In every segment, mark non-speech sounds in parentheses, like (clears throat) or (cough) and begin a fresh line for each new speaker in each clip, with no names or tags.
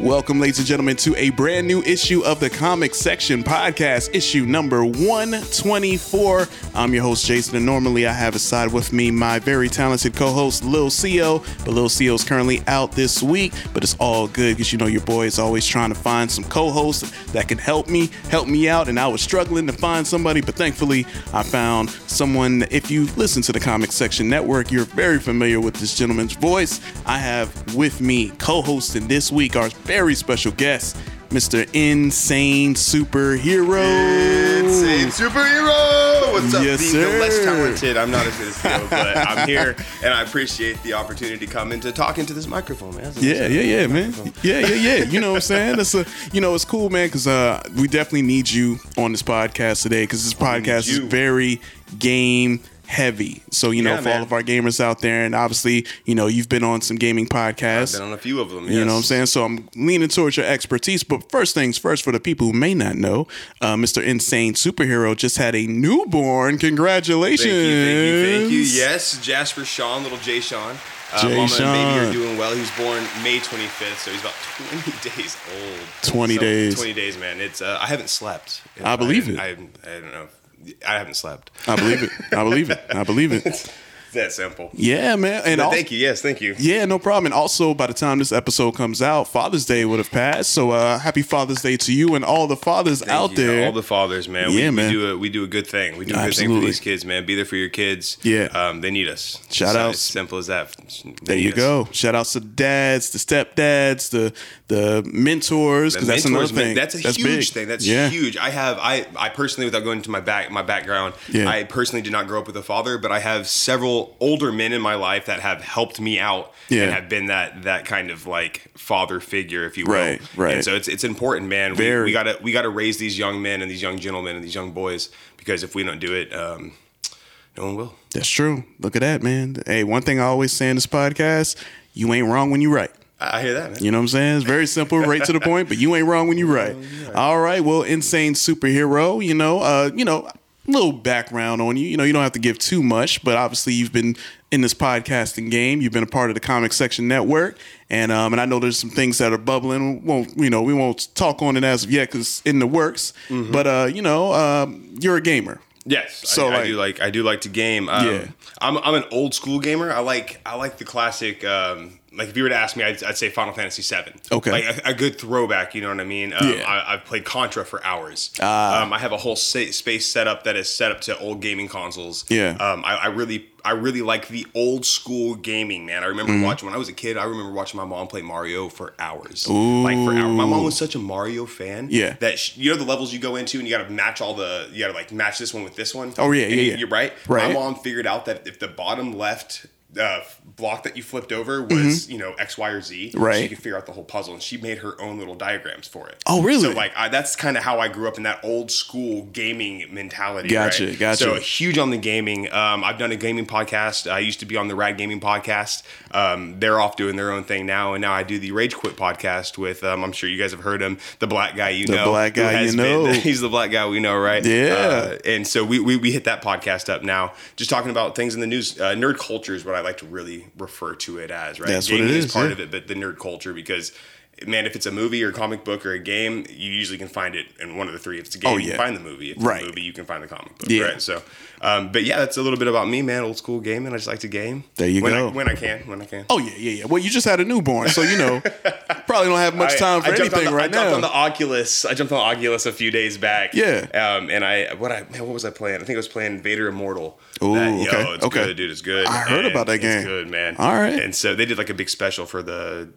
Welcome, ladies and gentlemen, to a brand new issue of the Comic Section Podcast, issue number 124. I'm your host, Jason, and normally I have aside with me my very talented co host, Lil Co. But Lil Co is currently out this week, but it's all good because you know your boy is always trying to find some co hosts that can help me, help me out. And I was struggling to find somebody, but thankfully I found someone. that If you listen to the Comic Section Network, you're very familiar with this gentleman's voice. I have with me co hosting this week our very special guest, Mr. Insane Superhero.
Insane superhero. What's up?
Yes,
Being
sir.
the less talented, I'm not as
(laughs)
good as you, but I'm here, and I appreciate the opportunity to come into talking to this microphone, man. That's
Yeah,
awesome.
yeah, yeah, man. Yeah, yeah, yeah. You know what I'm saying? That's a, you know, it's cool, man, because uh, we definitely need you on this podcast today because this podcast is
you.
very game heavy. So you know,
Yeah,
for
man.
all of our gamers out there, and obviously, you know, you've been on some gaming podcasts.
Been on a few of them.
You know what I'm
yes.
saying? So I'm leaning towards your expertise. But first things first, for the people who may not know, uh, Mr. Insane Superhero just had a newborn. Congratulations.
Thank you, thank you, thank you. Yes, Jasper Sean, little Jay Sean. Uh,
Jay
Mama and baby
Sean.
are doing well. He was born May 25th, so he's about 20 (laughs) days old.
20
So,
days.
20 days, man. It's uh, I haven't slept.
I believe
I, I, I don't know. I haven't slept.
I believe it. I believe it. I believe
(laughs)
it.
That simple.
Yeah, man. And
But
also,
thank you. Yes, thank you.
Yeah, no problem. And also, by the time this episode comes out, Father's Day would have passed. So, uh, happy Father's Day to you and all the fathers
Thank
out
you to
there.
all the fathers, man.
Yeah,
we,
man.
we do a we do a good thing. We do a good thing
Absolutely.
for these kids, man. Be there for your kids.
Yeah.
um, they need us.
Shout
It's
outs.
as simple as that. They
there you
need us.
go. Shout outs to the dads, the stepdads, the the mentors,
The
because that's another
mentors, man,
thing.
That's a huge
big.
thing. That's
Yeah.
huge. I have I I personally, without going into my back my background,
Yeah.
I personally did not grow up with a father, but I have several older men in my life that have helped me out
Yeah.
and have been that that kind of like father figure, if you will.
Right, right.
And so it's it's important, man. We-
Very.
We, gotta we gotta raise these young men and these young gentlemen and these young boys because if we don't do it, um, no one will.
That's true. Look at that, man. Hey, one thing I always say in this podcast you ain't wrong when you right.
I I hear that, man.
You know what I'm saying? It's very simple, right to the point, but you ain't wrong when you right. All right, well, insane superhero, you know, uh, you know, little background on you. You know, you don't have to give too much, but obviously you've been in this podcasting game. You've been a part of the Comic Section Network, and um, and I know there's some things that are bubbling. We won't you know? We won't talk on it as of yet because in the works.
Mm-hmm.
But uh, you know, um, you're a gamer.
Yes,
So,
I,
like-
I do like I do like to game. Um,
Yeah.
I'm I'm an old school gamer. I like I like the classic. Um, like if you were to ask me, I'd, I'd say Final Fantasy VII.
Okay.
like a, a good throwback. You know what I mean? Um,
Yeah. Ah.
I, I've played Contra for hours. um, I have a whole sa- space set up that is set up to old gaming consoles.
Yeah.
um, I, I really I really like the old school gaming, man. I remember
Mm.
watching when I was a kid. I remember watching my mom play Mario for hours. Like for hours. My mom was such a Mario fan.
Yeah.
that sh- you know the levels you go into and you got to match all the you got to like match this one with this one.
Oh, yeah,
And
yeah,
you-
yeah.
You're right.
Right.
My mom figured out that if the bottom left uh, block that you flipped over was you know X, Y, or Z,
Mm-hmm. Right.
she could figure out the whole puzzle, and she made her own little diagrams for it.
Oh, really?
So like I, that's kind of how I grew up in that old school gaming mentality.
Gotcha,
right?
gotcha.
So huge on the gaming. Um, I've done a gaming podcast. I used to be on the Rad Gaming podcast. Um, they're off doing their own thing now, and now I do the Rage Quit podcast with. Um, I'm sure you guys have heard him, the black guy you
The
know,
black
who
guy
has
you know.
(laughs) he's the black guy we know, right?
Yeah.
Uh, and so we, we we hit that podcast up now, just talking about things in the news. Uh, nerd culture is what I like to really refer to it as, right?
That's what it is,
part
yeah.
of it, but the nerd culture because. Man, if it's a movie or a comic book or a game, you usually can find it in one of the three. If it's a game,
Oh,
you
yeah.
can find the movie. If it's
Right.
a movie, you can find the comic book.
Yeah.
Right. So, um, but yeah, that's a little bit about me, man. Old school gaming. I just like to game.
There you
when
go.
I, when I can. When I can.
Oh yeah, yeah, yeah. Well, you just had a newborn, so you
(laughs)
know, probably don't have much time for
jumped on
anything
the-
right
I jumped
now.
on the Oculus. I jumped on the Oculus a few days back.
Yeah.
Um, and I what I man, what was I playing? I think I was playing Vader Immortal.
Ooh,
That-
okay,
it's
okay.
good, dude. It's good.
I heard
And
about that
it's
game.
good, man.
All right.
And so they did like a big special for the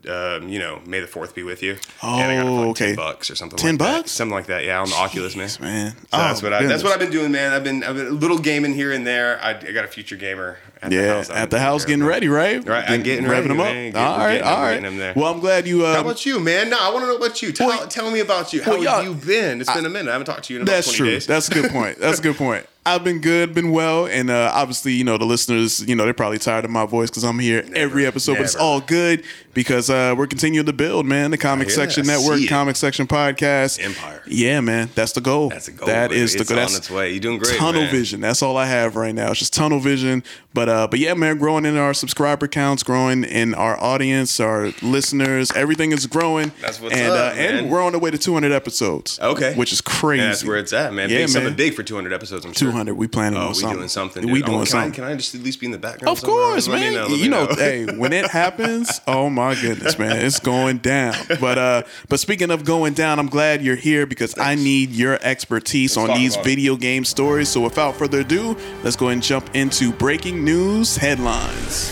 um, you know May the Fourth North be with you. and I got it for
Oh,
like
okay.
ten bucks or something.
10
like that.
bucks?
something like that. Yeah, on the Oculus, man.
man.
So that's
Oh,
what I,
goodness.
that's what I've been doing, man. I've been, I've been a little gaming here and there. I, I got a future gamer. At
Yeah,
I've
at
been
the house
there,
getting
man.
ready, right?
Right, I'm getting
revving
ready,
them up.
man. Get-
all
we're
right,
getting them,
all
we're
right.
getting them there.
Well, I'm glad you.
How
Uh,
about you, man? No, I want to know about you. Tell, tell me about you. How
well, y'all-
have you been? It's been a minute. I haven't talked to you in about
that's
20
true.
days.
That's a
(laughs)
good point. That's a good point. I've been good, been well, and uh, obviously, you know, the listeners, you know, they're probably tired of my voice because I'm here every episode, but it's
never.
all good because uh, we're continuing to build, man. The Comic
hear
Section
that. I
Network,
see it.
Comic Section Podcast,
Empire.
Yeah, man, that's the goal.
That's the goal,
That
baby.
is the
It's
goal.
on
That's
its way. You're doing great,
Tunnel
man.
vision. That's all I have right now. It's just tunnel vision. But uh, but yeah, man, growing in our subscriber counts, growing in our audience, our listeners, everything is growing.
That's what's
and,
up,
uh,
man.
And we're on the way to 200 episodes.
Okay.
which is crazy.
Yeah, that's where it's at, man.
Yeah,
big, Something
man.
big for 200 episodes, I'm sure.
200. We planning
Oh,
on
we
something.
doing something.
We
dude. Oh,
doing
can
something.
I, can I just at least be in the background?
Of
somewhere?
course,
Let me
man.
know, let me
you know, hey, when it
(laughs)
happens, oh my goodness, man, it's going down. But uh, but speaking of going down, I'm glad you're here because I need your expertise
Let's
on
talk
these
about it.
video game stories. So without further ado, let's go ahead and jump into breaking news headlines.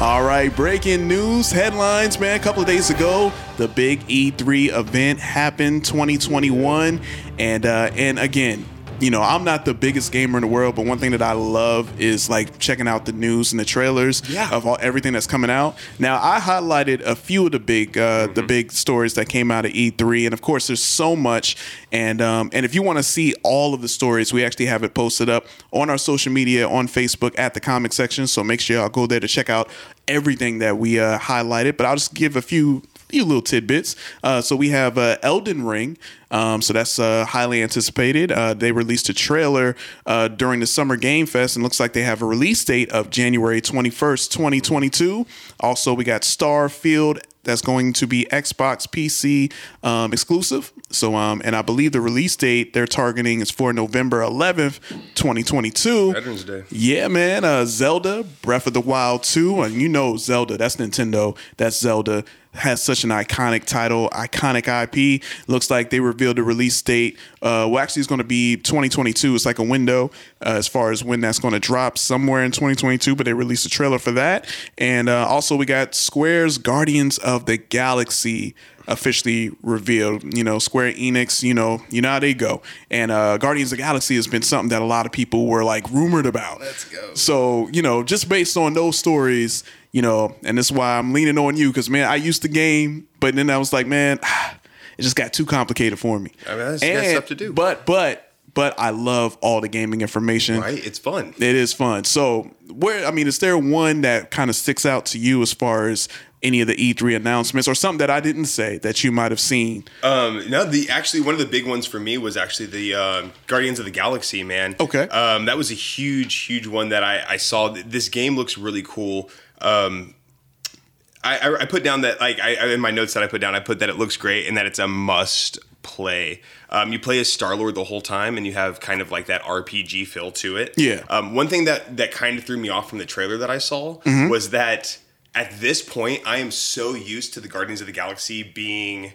All right, breaking news headlines, man. A couple of days ago, the big E3 event happened 2021. And uh, and again, you know, I'm not the biggest gamer in the world, but one thing that I love is like checking out the news and the trailers
Yeah.
of all everything that's coming out. Now, I highlighted a few of the big uh, the big stories that came out of E3, and of course, there's so much. And um, and if you want to see all of the stories, we actually have it posted up on our social media on Facebook at the comic section. So make sure y'all go there to check out everything that we uh, highlighted. But I'll just give a few few little tidbits. Uh, so we have uh, Elden Ring. Um, so that's uh, highly anticipated. Uh, they released a trailer uh, during the Summer Game Fest, and looks like they have a release date of January 21st, 2022. Also, we got Starfield. That's going to be Xbox PC um, exclusive. So, um, and I believe the release date they're targeting is for November 11th, 2022.
(laughs) Veterans Day.
Yeah, man. Uh, Zelda, Breath of the Wild 2. And you know Zelda, that's Nintendo. That's Zelda. Has such an iconic title, iconic IP. Looks like they revealed the release date. Uh, well, actually, it's going to be 2022. It's like a window uh, as far as when that's going to drop somewhere in 2022, but they released a trailer for that. And uh, also, we got Square's Guardians of the Galaxy officially revealed. You know, Square Enix, you know, you know how they go. And uh, Guardians of the Galaxy has been something that a lot of people were like rumored about. Let's go. So, you know, just based on those stories, you know, and that's why I'm leaning on you because, man, I used to game, but then I was like, man, (sighs) it just got too complicated for me.
I mean, that's- that's stuff to do.
But, but, but I love all the gaming information.
Right? It's fun.
It is fun. So, where I mean, is there one that kind of sticks out to you as far as any of the E3 announcements or something that I didn't say that you might have seen?
Um, no, the actually one of the big ones for me was actually the um, Guardians of the Galaxy, man.
Okay.
um, that was a huge, huge one that I, I saw. Th- This game looks really cool. Um, I, I, I put down that like I, I in my notes that I put down, I put that it looks great and that it's a must play. Um, you play as Star Lord the whole time, and you have kind of like that RPG feel to it.
Yeah.
Um, one thing that that kind of threw me off from the trailer that I saw
Mm-hmm.
was that at this point, I am so used to the Guardians of the Galaxy being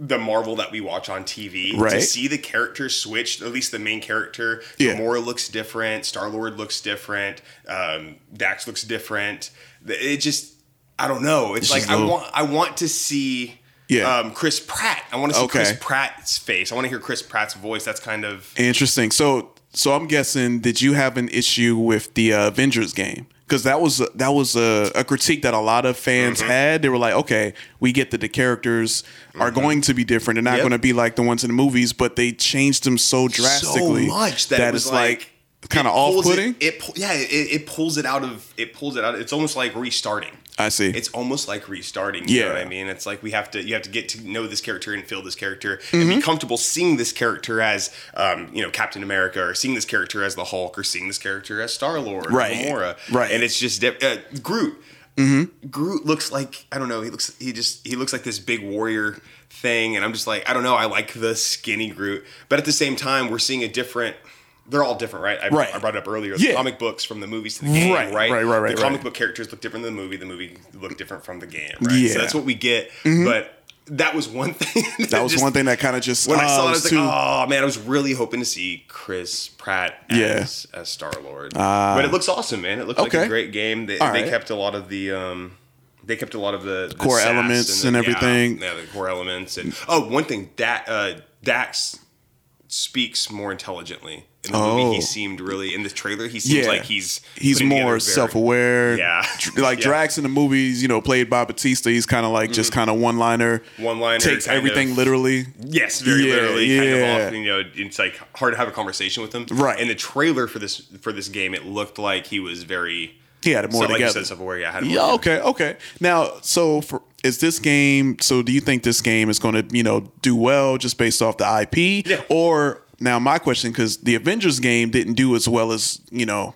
the Marvel that we watch on TV. To
Right.
see the character switch, at least the main character,
Yeah.
Gamora looks different, Star Lord looks different, um, Dax looks different. Th- It just, I don't know. It's, like
just
I
little-
want, I want to see.
Yeah.
Um, Chris Pratt. I want to see
Okay.
Chris Pratt's face. I want to hear Chris Pratt's voice. That's kind of
Interesting. So, so I'm guessing did you have an issue with the uh, Avengers game? Because that was that was a, a critique that a lot of fans
Mm-hmm.
had. They were like, okay, we get that the characters are going to be different. They're not
Mm-hmm. Yep.
going to be like the ones in the movies, but they changed them so drastically
so much that, it was
it's
like,
kind of
it pulls it-
off-putting.
It, pu- yeah, it, it pulls it out of it pulls it out. It's almost like restarting.
I see.
It's almost like restarting. You know
Yeah.
what I mean? It's like we have to you have to get to know this character and feel this character and
Mm-hmm.
be comfortable seeing this character as um, you know Captain America or seeing this character as the Hulk or seeing this character as Star Lord
Right.
or Gamora.
Right. Mm-hmm.
And it's just diff- uh, Groot. Groot looks like I don't know. He looks he just he looks like this big warrior thing, and I'm just like I don't know. I like the skinny Groot, but at the same time, we're seeing a different. They're all different, right? I,
Right.
I brought it up earlier. The
Yeah.
comic books from the movies to the game,
Right,
right?
right, right, right,
The comic
right.
book characters look different than the movie. The movie look different from the game,
Yeah.
right?
Mm-hmm.
So that's what we get. But that was one (laughs) thing.
That was
just-
one thing that kind of just
When I
ah,
saw it, I
was
was like,
too-
"Oh man!" I was really hoping to see Chris Pratt as,
Yeah. Ah.
as Star Lord, but it looks awesome, man. It looks like
okay.
a great game. They,
All
they
right.
kept a lot of the um, they kept a lot of the, the
Core
sass
elements and
the-
everything.
Yeah, yeah, the core elements. And oh, one thing that uh, Dax speaks more intelligently in the movie.
Oh.
He seemed really in the trailer. He seems like he's
he's
putting together
more
very-
self aware.
Yeah.
like
Yeah.
Drax in the movies, you know, played by Batista. He's kind of like just kind of one liner.
Mm-hmm. One-liner,
takes
kind
everything
of-
literally.
Yes, very
Yeah,
literally. Kind
yeah.
of off, you know, it's like hard to have a conversation with him.
Right.
In the trailer for this for this game, it looked like he was very
He had it more
so, like you
together.
said, self-aware. Yeah, I had it
Yeah,
more
okay, okay. Now, so for is this game? So do you think this game is going to you know do well just based off the IP,
Yeah.
or now my question because the Avengers game didn't do as well as you know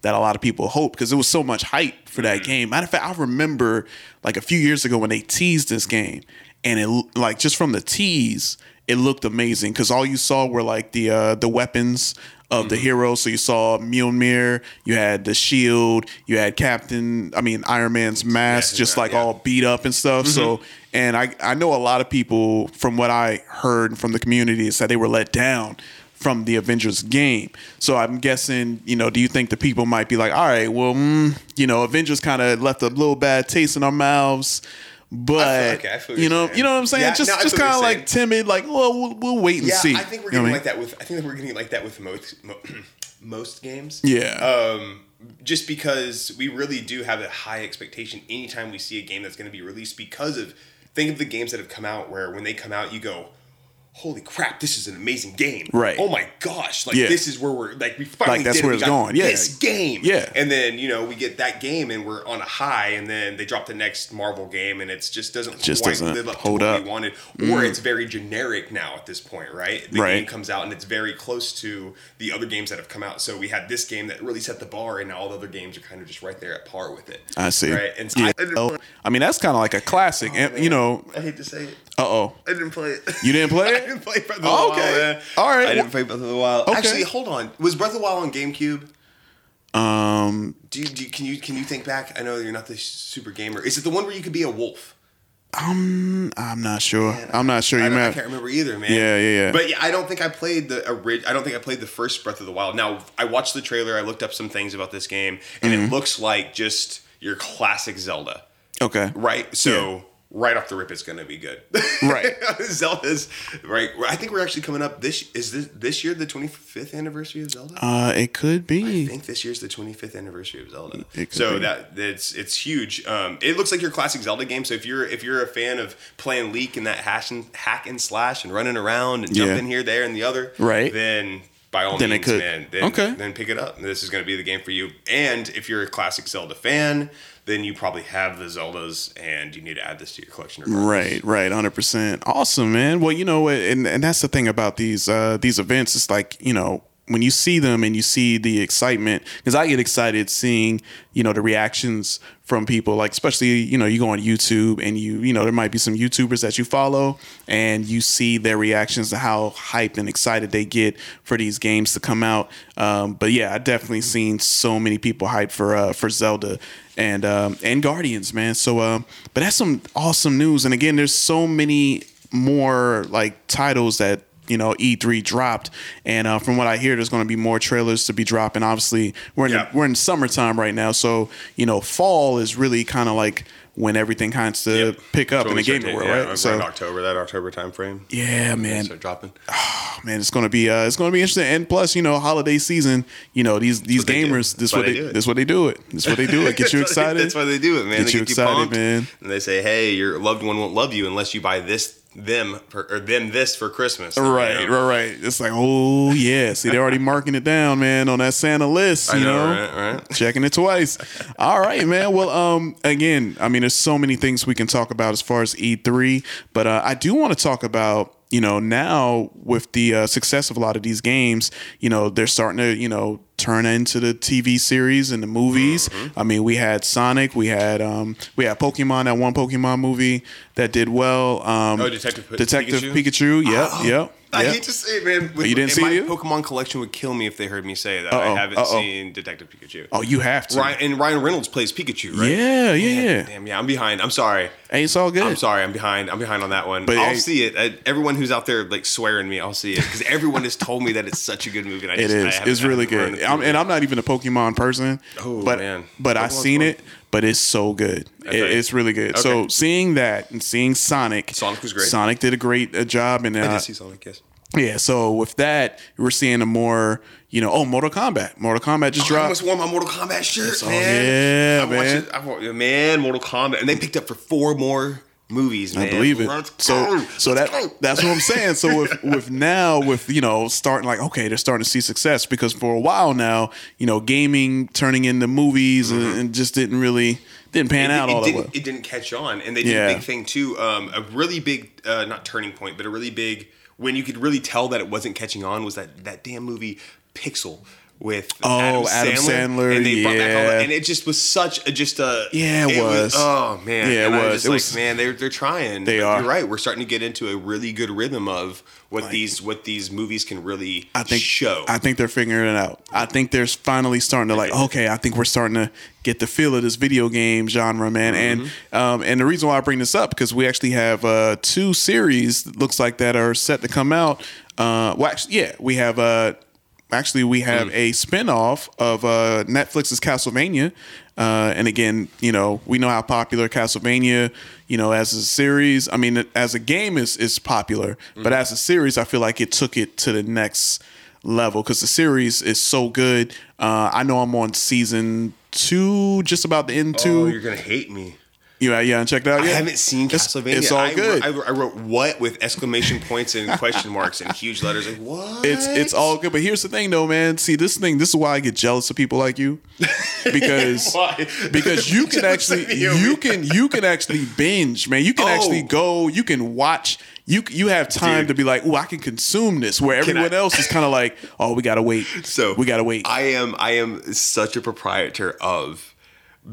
that a lot of people hoped because there was so much hype for
Mm-hmm.
that game. Matter of fact, I remember like a few years ago when they teased this game, and it l- like just from the tease, it looked amazing because all you saw were like the uh, the weapons of
Mm-hmm.
the heroes. So you saw Mjolnir, you had the shield, you had Captain, I mean Iron Man's mask,
his
just
ma-
like
yeah. Mm-hmm.
all beat up and stuff. So and I I know a lot of people from what I heard from the community is that they were let down from the Avengers game. So I'm guessing, you know, do you think the people might be like, all right, well, mm, you know, Avengers kind of left a little bad taste in our mouths. But
okay, I feel what
you
you're
know,
saying.
you know what I'm saying.
Yeah,
just,
no, I
just
feel what
kind of
you're
like timid, like, well, we'll, we'll wait and
Yeah,
see.
I think we're
You know
getting
what I
like that with. I think we're getting like that with most mo- (clears throat) most games.
mean? Yeah.
Just because we really do have a high expectation anytime we see a game that's going to be released, because of think of the games that have come out where when they come out, you go, "Holy crap, this is an amazing game!"
Right.
Oh my gosh, like
Yeah.
this is where we're like we finally
Like, that's
did it.
where
We
it's
got
going. Yeah.
This game.
Yeah.
And then you know we get that game and we're on a high, and then they drop the next Marvel game, and it just doesn't
Just
quite
doesn't
live up
hold
to what
up.
we wanted, or it's very generic now at this point, right? The
Mm. Right.
game comes out and it's very close to the other games that have come out. So we had this game that really set the bar, and now all the other games are kind of just right there at par with it.
I see.
Right, and so
yeah.
I, Oh, didn't-
Oh, I mean, that's kind of like a classic. and, you know,
I hate to say it,
uh oh.
I didn't play it.
You didn't play
(laughs) I
it?
didn't play Breath of the
Oh,
Wild.
okay.
man.
All right.
I didn't play Breath of the Wild.
Okay.
Actually, hold on. Was Breath of the Wild on GameCube?
Um,
Do you, do you, can you can you think back? I know you're not the super gamer. Is it the one where you could be a wolf?
I'm not sure. I'm not sure.
I,
You
don't- I
may
can't remember either, man.
Yeah, yeah, yeah.
But yeah, I don't think I played the orig- I don't think I played the first Breath of the Wild. Now I watched the trailer. I looked up some things about this game, and
Mm-hmm.
it looks like just your classic Zelda,
Okay.
right? So right off the rip, it's gonna be good.
Right.
(laughs) Zelda's right. I think we're actually coming up this is this this year the 25th anniversary of Zelda.
Uh, it could
I
be.
think this year's the 25th anniversary of Zelda.
It could
So
be.
that that's it's huge. Um, it looks like your classic Zelda game. So if you're if you're a fan of playing Leak and that hash and, hack and slash and running around and
Yeah.
jumping here, there, and the other,
Right.
Then by all
Then it
means,
could.
man, then,
Okay.
then pick it up. This is going to be the game for you. And if you're a classic Zelda fan, then you probably have the Zeldas, and you need to add this to your collection. regardless.
Right, right, hundred percent. Awesome, man. Well, you know what, and and that's the thing about these uh these events. It's like you know when you see them and you see the excitement, because I get excited seeing you know the reactions from people. Like especially you know you go on YouTube and you you know there might be some YouTubers that you follow and you see their reactions to how hyped and excited they get for these games to come out. Um, but yeah, I definitely seen so many people hyped for uh, for Zelda and um, and Guardians, man. So, um, but that's some awesome news. And again, there's so many more like titles that you know E3 dropped, and uh, from what I hear, there's going to be more trailers to be dropping. Obviously, we're in
Yeah.
we're in summertime right now, so you know fall is really kind of like when everything kinds to
Yep.
pick up
So
in
we
the
start
gaming
to-
world,
yeah,
right?
around
so
October, that October time frame.
yeah, man
Start dropping.
man, it's gonna be uh, it's gonna be interesting. And plus, you know, holiday season, you know, these these
what they do.
gamers, this
That's
what
why
they,
they do it.
this what they do it. This what they do
(laughs)
it. Get you
That's why-
excited.
That's why they do it, man.
Get
they
you
get
excited,
you pumped,
man.
And they say, "Hey, your loved one won't love you unless you buy this them for, or them this for Christmas."
Right,
You know?
right, right. It's like, oh yeah. See,
(laughs)
they're already marking it down, man, on that Santa list.
I
You
know,
know,
right, right.
checking it twice. All right, man. Well, um, again, I mean, there's so many things we can talk about as far as E3, but uh, I do want to talk about. You know, now with the uh, success of a lot of these games, you know, they're starting to, you know, turn into the TV series and the movies.
Mm-hmm.
I mean, we had Sonic, we had um, we had Pokemon, that one Pokemon movie that did well. Um,
Oh, Detective P-
Detective
Pikachu? Oh,
Pikachu. Yep, yep.
I
yep.
hate to say it, man. With,
Oh, You didn't
and
see
my
it?
Pokemon collection would kill me if they heard me say that.
Uh-oh,
I haven't
uh-oh.
seen Detective Pikachu.
Oh, you have to.
Ryan, and Ryan Reynolds plays Pikachu, right?
Yeah, yeah,
Damn,
yeah.
Damn, yeah, I'm behind. I'm sorry.
Hey, it's all good.
I'm sorry, I'm behind. I'm behind on that one.
But,
I'll
hey-
see it. I, everyone who's out there like swearing me, I'll see it because everyone has told me that it's such a good movie. And I
It
just, I
is.
haven't
It's
gotten
really
around
good.
to
I'm, and I'm not even a Pokemon person.
Oh,
but
man.
but I
Pokemon's
seen
fun.
it. But it's so good. It,
thought you-
it's really good.
Okay.
So seeing that and seeing Sonic,
Sonic was great.
Sonic did a great uh, job, and uh,
I did see Sonic, yes.
yeah. So with that, we're seeing a more you know oh Mortal Kombat. Mortal Kombat just
I
dropped.
Oh, almost wore my Mortal Kombat shirt,
all-
man.
yeah,
I watched
man.
It, I wa- man, Mortal Kombat, and they picked up for four more movies. Man.
I believe it.
Let's
So
go.
so
Let's
that
go.
that's what I'm saying. So with (laughs) with now with you know starting like okay they're starting to see success because for a while now you know gaming turning into movies and, and just didn't really didn't pan out all that
didn't,
well.
Mm-hmm. It didn't catch on, and they did a
Yeah.
big thing too. Um, a really big, uh, not turning point, but a really big when you could really tell that it wasn't catching on was that that damn movie Pixel with
Oh,
Adam,
Adam
Sandler,
Sandler,
and they brought back all that,
yeah.
and it just was such a just a
Yeah, it was.
oh man
Yeah, it
and I
was.
just
It
like
was-
man they're they're trying
They
But
are.
you're right we're starting to get into a really good rhythm of what these what these movies can really
I think
show
I think they're figuring it out. I think they're finally starting to like. Okay, I think we're starting to get the feel of this video game genre, man. And um, and the reason why I bring this up because we actually have uh, two series that looks like that are set to come out. Uh, well, actually, yeah, we have uh, actually we have a spinoff of uh, Netflix's Castlevania. Uh, and again, you know, we know how popular Castlevania, you know, as a series. I mean, as a game is is popular, but as a series, I feel like it took it to the next level because the series is so good. Uh, I know I'm on season two, just about the end
oh,
two.
you're gonna hate me
you yeah, yeah, and check that out.
I
Yeah.
haven't seen
It's-
Castlevania.
It's all
I,
good.
I, I wrote what with exclamation points and
(laughs)
question marks and huge letters. Like what?
it's it's
(laughs)
all good. But here's the thing, though, man. See, this thing, this is why I get jealous of people like
(laughs)
you, because
Why?
because you can
(laughs) Jealous of
actually
you.
you can you can actually binge, man. You can
Oh.
actually go. You can watch. You you have time
Dude.
to be like, oh, I can consume this. Where
Can I-
everyone else is kind of like, oh, we gotta wait.
So
we gotta wait.
I am I am such a proprietor of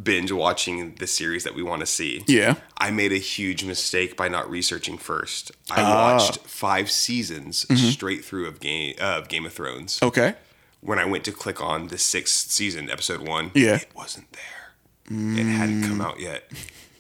binge watching the series that we want to see.
Yeah.
I made a huge mistake by not researching first. I
Ah.
watched five seasons
Mm-hmm.
straight through of game of Game of Thrones.
okay.
when I went to click on the sixth season, episode one,
Yeah.
it wasn't there. It hadn't come out yet.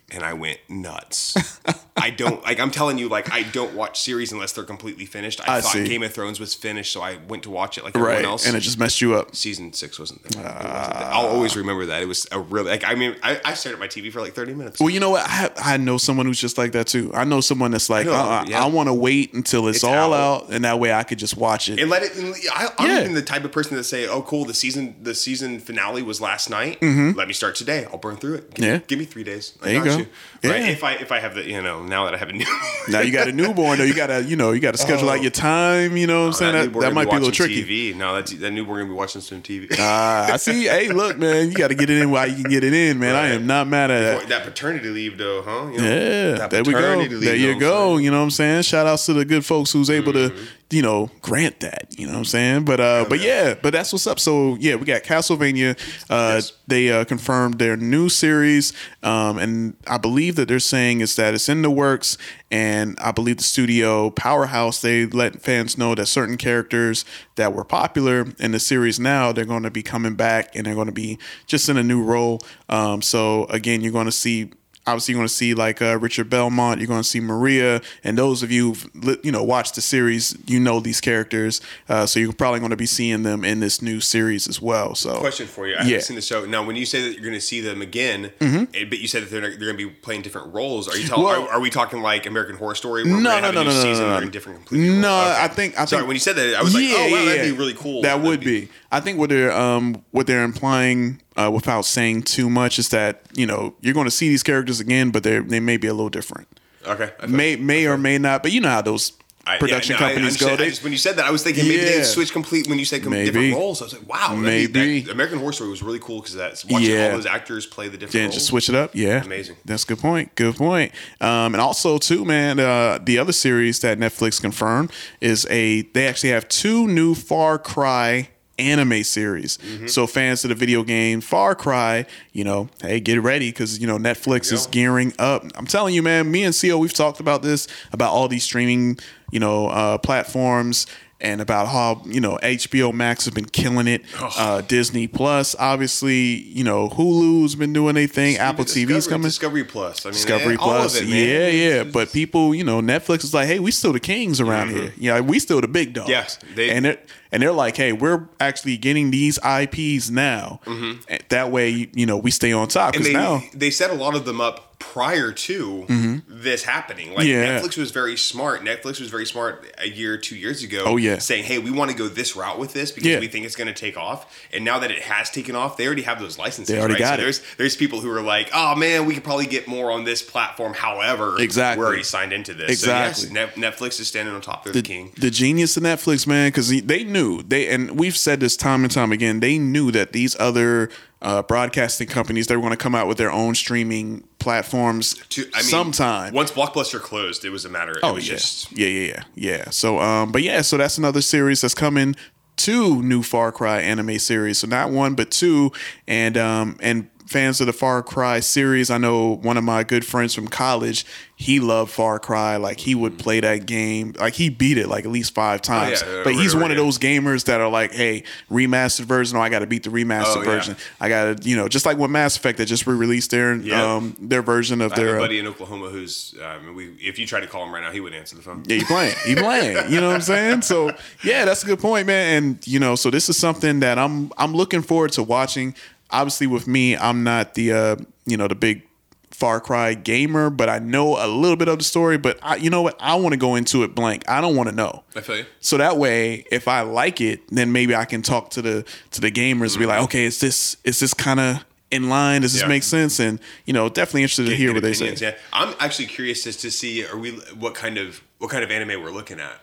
And I went nuts. I don't like I'm telling you, like I don't watch series unless they're completely finished. I,
I
thought
see.
Game of Thrones was finished, so I went to watch it like
Right.
everyone else.
And it just Ah. messed you up.
season six wasn't there. It wasn't there. I'll always remember that. It was a really like I mean I, I stared at my TV for like 30 minutes.
Well, you know what? I, I know someone who's just like that too. I know someone that's like,
I know,
uh-uh,
yeah.
I want to wait until it's,
It's
all
out.
out. and that way I could just watch it.
and let it. and I, I'm
Yeah.
even the type of person that say, "Oh, cool, the season the season finale was last night. Let me start today. I'll burn through it. Give,
Mm-hmm. Yeah.
me, give me three days. I
There you
got
go.
Right?
Yeah.
If I if I have the you know now that I have a new (laughs)
now you got a newborn, though. You gotta, you know, you gotta schedule out your time. You know what I'm saying? That,
Oh. newborn
that
gonna
might be a little
watching
tricky.
TV. No, that that newborn gonna be watching some TV.
Uh, I see. Hey, look, man, you gotta get it in while you can get it in, man. I am not mad at that.
Boy, (laughs) that paternity leave though, huh? You know,
Yeah,
that
there we go.
paternity leave,
There you
know what I'm
go.
saying? Mm-hmm.
You know what I'm saying? Shout outs to the good folks who's able to, you know, grant that. You know what I'm saying? But uh, but yeah, but that's what's up. So yeah, we got Castlevania. Uh, they uh, confirmed their new series, um, and I believe that they're saying is that it's in the works. And I believe the studio Powerhouse they let fans know that certain characters that were popular in the series now they're going to be coming back and they're going to be just in a new role. Um, so again, you're going to see obviously you're going to see like uh, Richard Belmont, you're going to see Maria, and those of you who've li- you know watched the series, you know these characters, uh, so you're probably going to be seeing them in this new series as well. So
Question for you. I
Yeah. Mm-hmm.
haven't seen the show. Now, when you say that you're going to see them again, eh, but you said that they're, they're going to be playing different roles. Are you talking?
Well-
are, are we talking like American Horror Story? Where
No,
we're gonna
no,
have a
no,
new
no, no,
season,
no,
they're
no.
in different, completely different
No,
roles?
I
Okay.
think- I
Sorry,
think-
when you said that, I was like, oh wow,
yeah.
that'd be really cool.
That
That'd
would be. I think what they're um what they're implying uh, without saying too much is that you know you're going to see these characters again, but they they may be a little different.
Okay. I feel-
May may or may not, but you know how those
I- yeah,
production
no, I
companies
understand.
go.
I
They,
just, when you said that, I was thinking maybe they
Yeah.
switch complete. When you said com- different
Maybe.
roles, I was like, wow, that'd be-
Maybe.
that- American Horror Story was really cool because that's watching all
Yeah.
those actors play the different.
Yeah,
roles.
just switch it up. Yeah,
Amazing.
That's a good point. Good point. Um, and also too, man, uh, the other series that Netflix confirmed is a. They actually have two new Far Cry anime series. So fans of the video game Far Cry, you know, hey, get ready because you know Netflix is gearing up. I'm telling you, man. Me and Co. We've talked about this about all these streaming, you know, uh, platforms. and about how you know HBO Max has been killing it. Uh, Disney Plus, obviously, you know Hulu's been doing their thing. Apple TV's
Discovery-
coming.
Discovery Plus. I mean, eh,
Discovery
all
Plus,
Of it, man.
yeah, yeah. But people, you know, Netflix is like, hey, we still the kings around here. Yeah, we still the big dogs.
Yeah, Mm-hmm. they-
and they're and they're like, hey, we're actually getting these IPs now. And That way, you know, we stay on top
Mm-hmm. and
because
they
now, Mm-hmm.
they set a lot of them up prior to this happening. Like
Yeah.
Netflix was very smart. Netflix was very smart a year, two years ago.
Oh, yeah.
saying hey, we want to go this route with this because
Yeah.
we think it's going to take off. And now that it has taken off, they already have those licenses.
They already
right?
got it.
There's there's people who are like, oh man, we could probably get more on this platform. However,
Exactly.
we're already signed into this.
Exactly.
So yes, Net- Netflix is standing on top of the,
the,
king.
the genius of Netflix, man, because they knew they, and we've said this time and time again, they knew that these other uh, broadcasting companies they were going to come out with their own streaming platforms
To, I mean,
sometime.
once Blockbuster closed, it was a matter. It
Oh
was
yeah,
just
yeah, yeah, yeah, yeah. So, um, but yeah, so that's another series that's coming. Two new Far Cry anime series. So not one, but two. And um, and fans of the Far Cry series, I know one of my good friends from college. He loved Far Cry. Like he would play that game. Like he beat it like at least five times.
Mm-hmm. Oh, yeah,
but he's
right,
one of
right.
those gamers that are like, hey, remastered version. Oh, I got to beat the remastered
Oh, yeah.
version. I got to, you know, just like with Mass Effect that just re-released their
Yeah.
um their version of
I have
their
a
uh,
buddy in Oklahoma who's, um, we, if you try to call him right now, he wouldn't answer the phone.
Yeah, you playing. You playing. You know what I'm saying? So yeah, that's a good point, man. And you know, so this is something that I'm I'm looking forward to watching. Obviously, with me, I'm not the uh, you know the big Far Cry gamer, but I know a little bit of the story. But I, you know what? I want to go into it blank. I don't want to know.
I feel you.
So that way, if I like it, then maybe I can talk to the to the gamers, and be like, okay, is this is this kind of in line? Does this
Yeah.
make sense? And you know, definitely interested to hear
Good
what they say.
opinions, Yeah. I'm actually curious as to see are we what kind of what kind of anime we're looking at.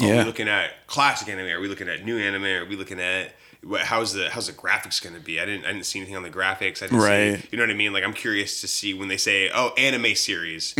Are
Yeah.
we looking at classic anime? Are we looking at new anime? Are we looking at what, how's the how's the graphics going to be? I didn't I didn't see anything on the graphics. I didn't
Right.
See, you know what I mean? Like I'm curious to see when they say oh anime series.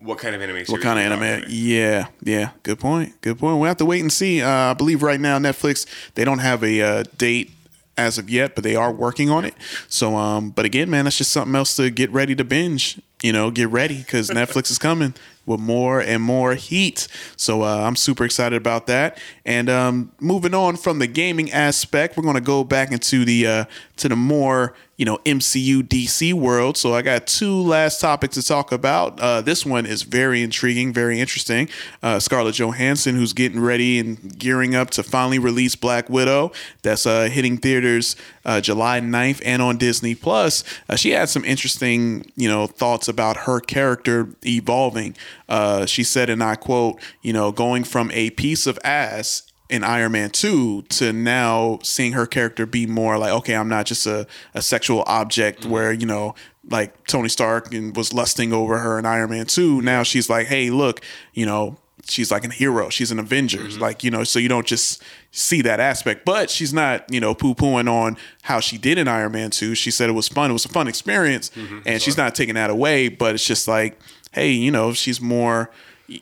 What kind of anime? Series
Mm-hmm. What kind of
we're talking
anime?
about.
Yeah, yeah. Good point. Good point. We will have to wait and see. Uh, I believe right now Netflix they don't have a uh, date as of yet, but they are working on it. So, um, but again, man, that's just something else to get ready to binge. You know, get ready because Netflix is coming with more and more heat. So uh, I'm super excited about that. And um, moving on from the gaming aspect, we're going to go back into the uh, to the more you know MCU DC world. So I got two last topics to talk about. Uh, this one is very intriguing, very interesting. Uh, Scarlett Johansson, who's getting ready and gearing up to finally release Black Widow, that's uh, hitting theaters uh, July 9th and on Disney Plus. Uh, she had some interesting, you know, thoughts about her character evolving. Uh, she said, and I quote, you know, going from a piece of ass in Iron Man 2 to now seeing her character be more like, okay, I'm not just a, a sexual object where, you know, like Tony Stark and was lusting over her in Iron Man 2. Now she's like, hey, look, you know, she's like a hero. She's an Avengers. Like, you know, so you don't just see that aspect. But she's not, you know, poo pooing on how she did in Iron Man 2. She said it was fun. It was a fun experience. And she's not taking that away, but it's just like, hey, you know, she's more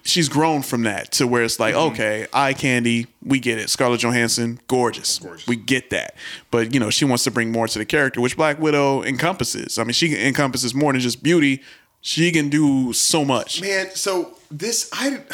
she's grown from that to where it's like,
Mm-hmm.
okay, eye candy, we get it. Scarlett Johansson, gorgeous. We get that. But, you know, she wants to bring more to the character, which Black Widow encompasses. I mean, she encompasses more than just beauty. She can do so much.
Man, so this I (sighs)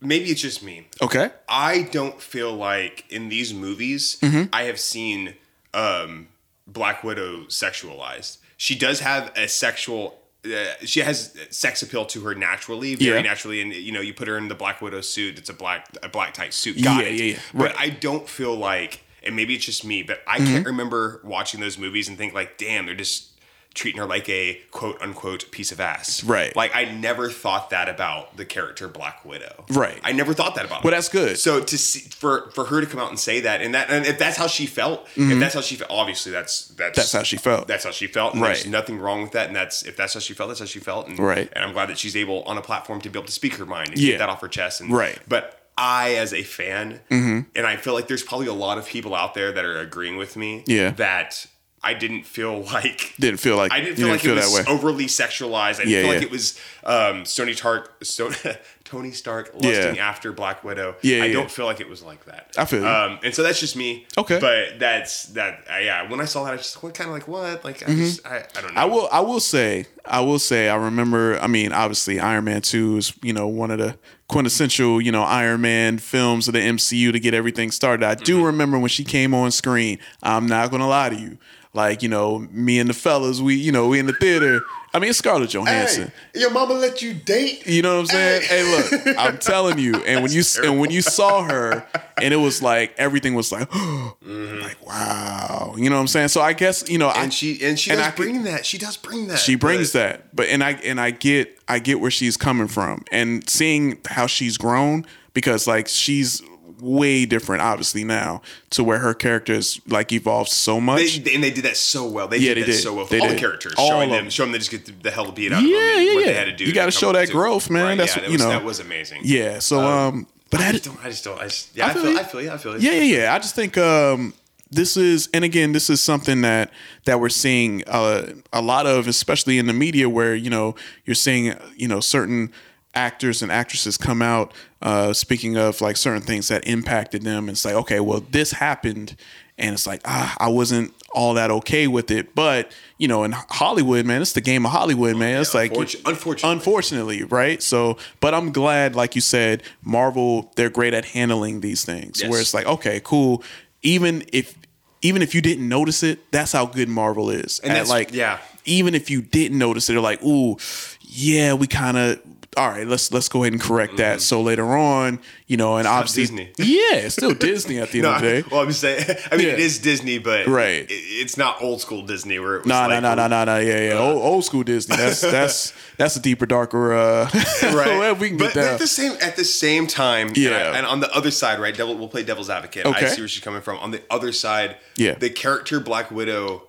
maybe it's just me.
Okay.
I don't feel like in these movies
Mm-hmm.
I have seen um, Black Widow sexualized. She does have a sexual. Uh, she has sex appeal to her naturally, very
Yeah.
naturally, and you know you put her in the Black Widow suit. It's a black a black tight suit. Got
Yeah,
it.
yeah, yeah. Right. Mm-hmm.
But I don't feel like, and maybe it's just me, but I can't remember watching those movies and think like, damn, they're just treating her like a quote unquote piece of ass.
Right.
Like I never thought that about the character Black Widow.
Right.
I never thought that about.
Well,
her.
that's good.
So to see, for for her to come out and say that, and that, and if that's how she felt, if that's how she felt, obviously that's that's
Mm-hmm. That's how she felt.
That's how she felt. And There's
Right.
nothing wrong with that. And that's if that's how she felt, that's how she felt. And,
Right.
And I'm glad that she's able on a platform to be able to speak her mind and
Yeah.
get that off her chest. And
Right. Mm-hmm.
But I, as a fan, and I feel like there's probably a lot of people out there that are agreeing with me.
Yeah.
That. I didn't feel (laughs) like
Didn't feel like
I didn't
you
feel like
feel
it
that
was
way.
overly sexualized. I didn't
Yeah,
feel like
yeah.
it was um, Tony Stark, so, (laughs) Tony Stark lusting
Yeah.
after Black Widow.
Yeah,
I
yeah,
don't
yeah.
feel like it was like that.
I feel you.
Um, and so that's just me.
Okay.
but that's that. Uh, yeah, when I saw that, I just what kind of like what like I, just, I, I don't know.
Mm-hmm. I will. I will say. I will say. I remember. I mean, obviously, Iron Man Two is you know one of the quintessential you know Iron Man films of the MCU to get everything started. I
Mm-hmm.
do remember when she came on screen. I'm not gonna lie to you. Like you know, me and the fellas, we you know we in the theater. I mean, it's Scarlett Johansson.
your mama let you date?
You know what I'm saying? Hey, look,
(laughs)
I'm telling you. And when you and when you saw her, and it was like everything was like, (gasps) like wow. You know what I'm saying? So I guess you know, I,
Mm-hmm. And she and she
And
does
I could-
bring that. She does bring that.
she brings
but-
that but and i and i get i get where she's coming from and seeing how she's grown because like she's way different obviously now to where her character is like evolved so much
They, and they did that so well. They
Yeah,
did
they
that
did.
so well.
They
all
did.
the characters,
All
showing
of
them,
them.
showing them just get the, the hell beat out
Yeah,
of them. and
yeah,
what
yeah.
They had to do
You
to
gotta
come
show that
to-
growth, man.
Right,
That's
yeah,
what-
that
you
was,
know.
That was amazing.
yeah so um but
Uh, I
i,
just don't. I just don't. I just. Yeah, I, feel.
you.
I feel. Yeah, I feel.
yeah yeah yeah i just think um this is and again this is something that that we're seeing uh, a lot of especially in the media where you know you're seeing you know certain actors and actresses come out uh, speaking of like certain things that impacted them and it's like okay well this happened and it's like ah i wasn't all that okay with it but you know in hollywood man it's the game of hollywood man it's like
unfortu- unfortunately.
unfortunately right so but i'm glad like you said marvel they're great at handling these things
Yes.
where it's like okay cool even if even if you didn't notice it that's how good marvel is and
that's-
like
yeah.
even if you didn't notice it they're like ooh yeah we kind of all right let's let's go ahead and correct that so later on you know and obviously
Mm. Disney.
(laughs) yeah it's still disney at the end
(laughs) (laughs) No,
of the
I,
day
well, I'm just saying. I mean,
Yeah.
it is Disney, but
Right.
it- it's not old school Disney where it was
No,
like, Uh.
no, no, no, no, no. Yeah, yeah. Old, old school Disney. That's that's that's a deeper, darker. Uh, (laughs)
(laughs) right?
we can
but
get down.
at the same at the same time, and I-
Yeah.
And, on the other side, right? Devil, we'll play devil's advocate. I
Okay.
see where she's coming from. On the other side,
Yeah. Mm-hmm.
the character Black Widow,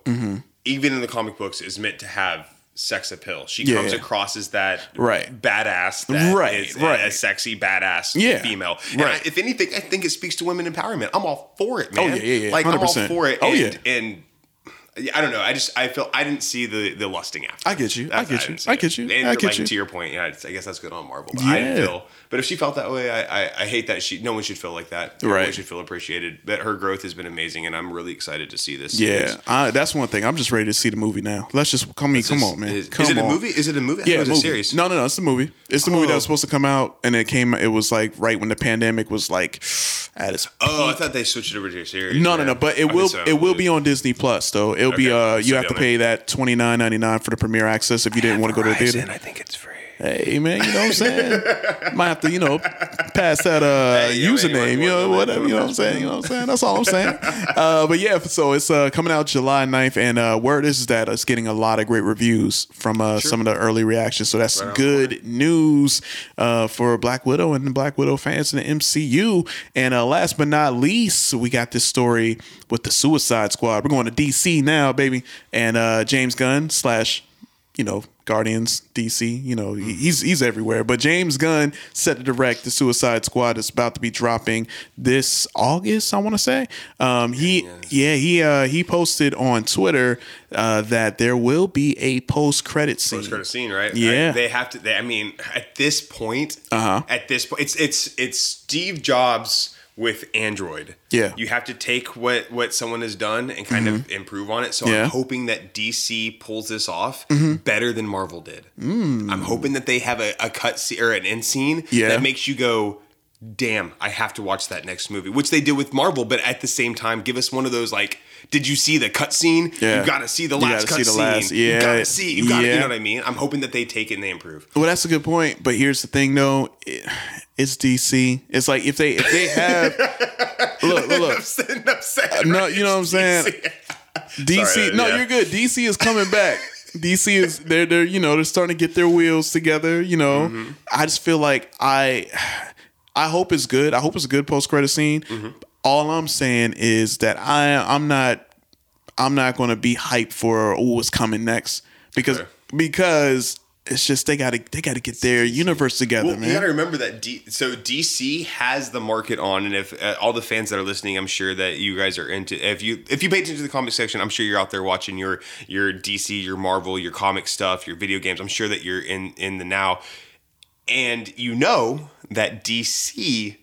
even in the comic books, is meant to have sex appeal. She
Yeah,
comes
yeah.
across as that
Right.
badass, that
Right,
is a-
right.
a sexy badass
Yeah.
female. And
Right. Oh,
I- if anything, I think it speaks to women empowerment. I'm all for it, man.
yeah, yeah, yeah.
Like i am all
100%.
for it.
Oh,
and,
yeah.
and. yeah, I don't know. I just I felt I didn't see the the lusting after.
I get you. I
That's-
get you.
didn't see
I
it.
get you.
And
I
like,
get you.
to your point, yeah, it's- I guess that's good on Marvel. But I didn't
Yeah.
feel. But if she felt that way, I, I, I hate that she. No one should feel like that. No one
Right.
should feel appreciated. But her growth has been amazing, and I'm really excited to see this.
Yeah, I, that's one thing. I'm just ready to see the movie now. Let's just come in. Come
Is-
on, man.
Is,
come
is it
on.
a movie? Is it a movie? I thought
Yeah,
it was
movie.
a series.
No, no, no. It's the movie. It's the movie that
Oh.
was supposed to come out, and it came. It was like right when the pandemic was like (sighs) at its.
Oh, I thought they switched it over to a series.
No, no,
man.
no. But it
Okay,
will
so
it will be on Disney Plus though. It'll be
Okay,
uh
so
you have to
down
pay that twenty nine ninety nine for the premiere access if you didn't want to go to the
Verizon,
theater.
I think it's free.
Hey man, you know what I'm saying? Might have to, you know, pass that uh
Hey, yeah, man, you
username,
want
you know,
one,
whatever, you know what I'm saying? You know what I'm saying? That's all I'm saying. Uh but yeah, so it's uh coming out July 9th and uh word is that it's getting a lot of great reviews from uh some of the early reactions. So that's good news uh for Black Widow and the Black Widow fans in the MCU. And uh last but not least, we got this story with the Suicide Squad. We're going to DC now, baby. And uh James Gunn slash you know, Guardians, DC, you know, he- he's he's everywhere. But James Gunn set to direct the Suicide Squad is about to be dropping this August, I want to say. Um, he yeah, he uh, he posted on Twitter uh, that there will be a post credit scene.
Post credit scene, right?
Yeah. Uh-huh.
I- they have to. They, I mean, at this point, at this point, it's it's it's Steve Jobs with Android.
Yeah. Mm-hmm.
you have to take what what someone has done and kind of improve on it. So
Yeah. Mm-hmm.
I'm hoping that DC pulls this off better than Marvel did. I'm hoping that they have a, a cut scene or an end scene
Mm. Yeah.
that makes you go. Damn, I have to watch that next movie, which they did with Marvel, but at the same time, give us one of those like, did you see the cutscene?
Yeah.
You gotta see the
You
last
gotta see the last-
cutscene.
yeah.
You gotta see. You gotta, you
Yeah.
know what I mean? I'm hoping that they take it and they improve.
Well, that's a good point. But here's the thing, though, It- it's DC. It's like if they if they
(laughs)
have look look, look
Sitting upset.
no, you know what I'm saying. DC,
(laughs) Sorry,
no,
yeah.
you're good. DC is coming back. DC is they're they're you know they're starting to get their wheels together. You know,
Mm-hmm.
I just feel like I, I hope it's good. I hope it's a good post credit scene.
Mm-hmm.
All I'm saying is that I I'm not I'm not going to be hyped for oh what's coming next because because it's just they gotta they gotta get their universe together,
Well,
man.
you got to remember that. D- so DC has the market on, and if uh, all the fans that are listening, I'm sure that you guys are into. If you if you pay attention to the comic section, I'm sure you're out there watching your your DC, your Marvel, your comic stuff, your video games. I'm sure that you're in in the now, and you know that DC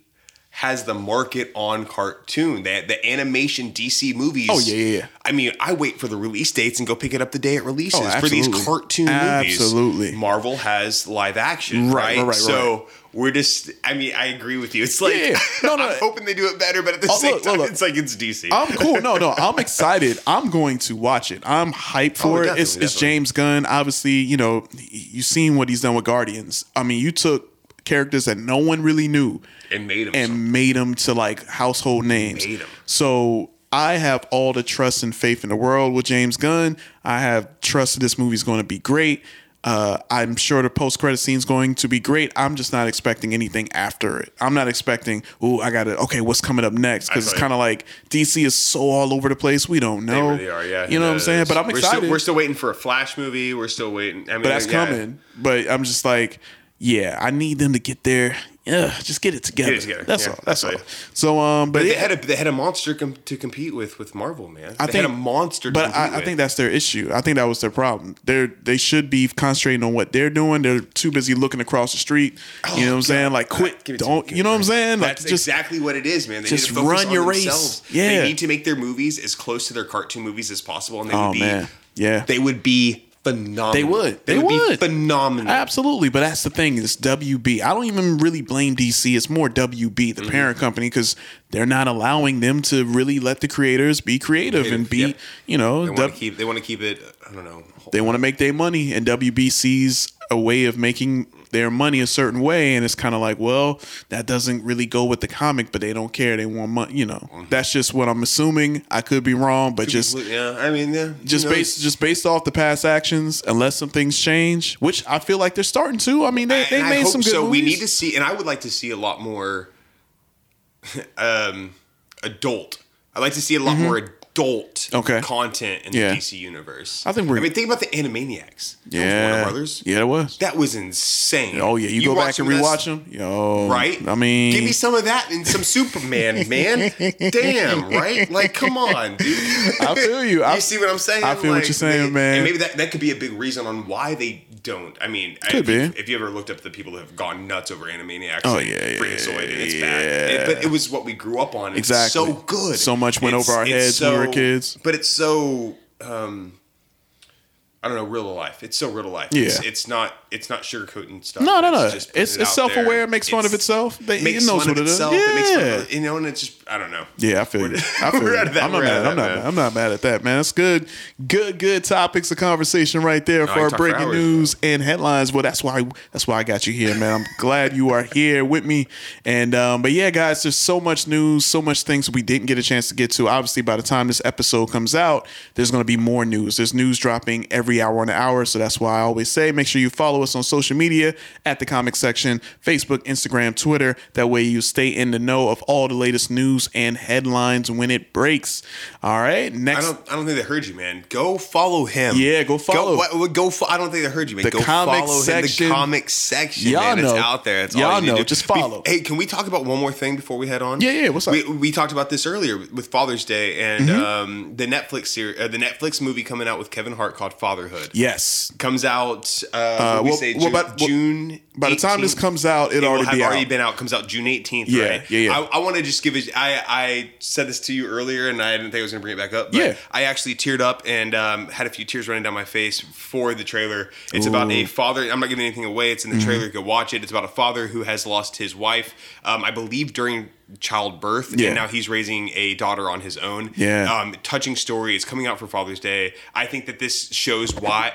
has the market on cartoon. That the animation DC movies.
Oh, yeah, yeah, yeah.
I mean, I wait for the release dates and go pick it up the day it releases
Oh,
for these
absolutely.
cartoon movies.
Absolutely.
Marvel has live action,
Right,
right?
right, right,
so we're just, I mean, I agree with you. It's like,
Yeah, yeah. No, no.
(laughs) I'm hoping they do it better, but at the
Oh,
same
look,
time,
look, look.
it's like it's DC.
I'm cool. No, no, I'm excited. I'm going to watch it. I'm hyped
Oh,
for it.
definitely,
It's, it's
definitely.
James Gunn. Obviously, you know, y- you've seen what he's done with Guardians. I mean, you took characters that no one really knew
it made him. something.
and made them to like household names.
Made 'em.
So I have all the trust and faith in the world with James Gunn. I have trust that this movie's going to be great. Uh, I'm sure the post credit scene's going to be great. I'm just not expecting anything after it. I'm not expecting, oh, I got to, okay, what's coming up next? Because it's
feel you.
kind of like DC is so all over the place. We don't know.
They really are, yeah.
You know what I'm
No,
saying? But I'm
we're
excited.
Still, we're still waiting for a Flash movie. We're still waiting. I mean,
but that's
yeah.
coming. But I'm just like, yeah, I need them to get there. Yeah, just get it together.
Get it together.
That's
Yeah,
all. That's
that's right.
all. So, um, but,
But they
yeah.
had a they had a monster com- to compete with with Marvel, man.
I
they
think
had a monster. To
But
compete
I, I
with.
think that's their issue. I think that was their problem. They they should be concentrating on what they're doing. They're too busy looking across the street. you know what I'm saying? Like, quit.
Oh, Give it to me,
Don't.
give
You
it
know
to
what I'm
me.
saying? Like,
That's
just
exactly what it is, man. They
just
need to focus
run
on
your race.
themselves.
Yeah.
they need to make their movies as close to their cartoon movies as possible, and they
Oh,
would be,
man. Yeah.
they would be phenomenal.
They would.
They,
They
would,
would.
be phenomenal.
Absolutely, but that's the thing is WB. I don't even really blame DC. It's more WB, the
Mm-hmm.
parent company, because they're not allowing them to really let the creators be creative and be,
Creative,
you know,
They want
dub-
to keep. They want to keep it. I don't know.
they want to make their money, and WB sees a way of making their money a certain way, and it's kind of like, well, that doesn't really go with the comic, but they don't care. They want money, you know.
Mm-hmm.
That's just what I'm assuming. I could be wrong, but just
yeah. I mean, yeah. who
just
knows?
based just based off the past actions, unless some things change, which I feel like they're starting to. I mean, they, they
And I
made
hope
some good.
So we
movies.
need to see, and I would like to see a lot more (laughs) um, adult. I like to see a lot more adult
Mm-hmm. Okay.
content in
Yeah.
the DC universe.
I think we're-
I mean, think about the Animaniacs. That was Warner
Yeah,
Brothers.
yeah, it was.
That was insane.
Oh yeah, you, go back
watch
and
some of that
rewatch them. Yo,
right?
I mean,
give me some of that and some Superman, man.
(laughs)
Damn, right? Like, come on, dude.
I feel you. I-
(laughs) you see what I'm saying?
I feel what
Like,
you're saying,
they-
man.
And maybe that, that could be a big reason on why they don't. I mean, I-
Could
if, you-
be.
if you ever loyked up the people that have gone nuts over Animaniacs,
Oh,
and
yeah, yeah,
Freakazoid, and it's
yeah.
bad. It- but it was what we grew up on. It's
Exactly.
so good.
So much went
It's-
over our
it's
heads when we were kids.
But it's so. Um, I don't know, real to life. It's so real to life. It's,
Yeah.
it's not. It's not sugarcoating stuff.
no, no, no. It's
just putting
it's,
it out
self aware.
there.
It makes fun of
It's-
itself. They,
makes
it knows
fun
what
of
it is.
itself.
Yeah.
It makes fun of, you know, and it's just I don't know.
Yeah, I
(laughs)
feel you. I feel
we're
you.
out of that.
I'm not
We're out
mad.
of
I'm
that,
not.
man.
Mad. I'm not mad at that, man. That's good, good, good topics of conversation right there
I
for our
can talk for
breaking
hours,
news and headlines. Well, that's why that's why I got you here, man. I'm glad you are here with me. And um, but yeah, guys, there's so much news, so much things we didn't get a chance to get to. Obviously, by the time this episode comes out, there's going to be more news. There's news dropping every hour on the hour, so that's why I always say make sure you follow us on social media at the comic section, Facebook, Instagram, Twitter. That way you stay in the know of all the latest news and headlines when it breaks. All right,
I
next.
don't. I don't think they heard you, man. Go follow him.
Yeah, go follow.
Go. what- what- go fo- I don't think they heard you, man.
The
go
comic
follow
section.
him. The comic section.
Y'all
man.
know.
It's out there. It's
Y'all
all you need
know.
to do.
Just
We-
follow.
hey, can we talk about one more thing before we head on?
Yeah, yeah, what's up? Mm-hmm.
We, we talked about this earlier with Father's Day and um, the Netflix series, uh, the Netflix movie coming out with Kevin Hart called Fatherhood.
Yes.
Comes out. Uh, what we
well-
say
well,
June.
by- well,
June
by the time this
18th.
comes out, it'll
will
already
have
be
already
out.
been out. Comes out June eighteenth.
Yeah,
right?
yeah, yeah.
I, I want to just give. A, I I said this to you earlier, and I didn't think I was going to bring it back up. But
Yeah.
I actually teared up and um, had a few tears running down my face for the trailer. It's about a father. I'm not giving anything away. It's in
Mm-hmm.
the trailer. You can watch it. It's about a father who has lost his wife. Um, I believe during childbirth,
Yeah.
and now he's raising a daughter on his own.
Yeah.
Um, touching story. It's coming out for Father's Day. I think that this shows why.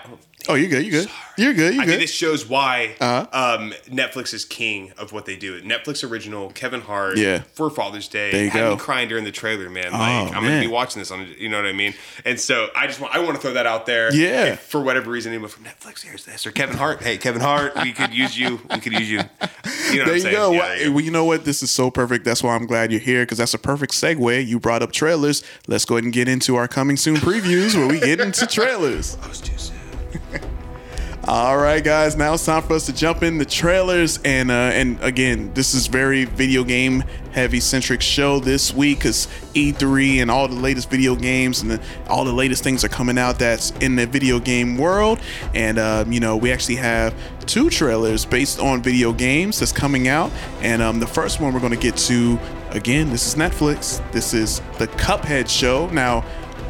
Oh, you good? You good? You're good. You
I think
good? Uh-huh.
this shows why um, Netflix is king of what they do. Netflix original, Kevin Hart,
Yeah.
for Father's Day.
There you
had
go. Oh,
me crying during the trailer, man. Like
man.
I'm gonna be watching this on, you know what I mean. And so I just want, I want to throw that out there.
Yeah.
If for whatever reason, anyone from Netflix hears this or Kevin Hart, hey Kevin Hart, we could use you. We could use you. You know what
There
I'm
you
saying?
go.
Yeah,
Well,
there you go.
well, you know what? This is so perfect. That's why I'm glad you're here because that's a perfect segue. You brought up trailers. Let's go ahead and get into our coming soon previews where we get into trailers.
That was too soon.
All right, guys. Now it's time for us to jump in the trailers, and uh, and again, this is very video game heavy centric show this week because E3 and all the latest video games and the, all the latest things are coming out that's in the video game world, and um, you know we actually have two trailers based on video games that's coming out, and um, the first one we're going to get to again. This is Netflix. This is the Cuphead show. Now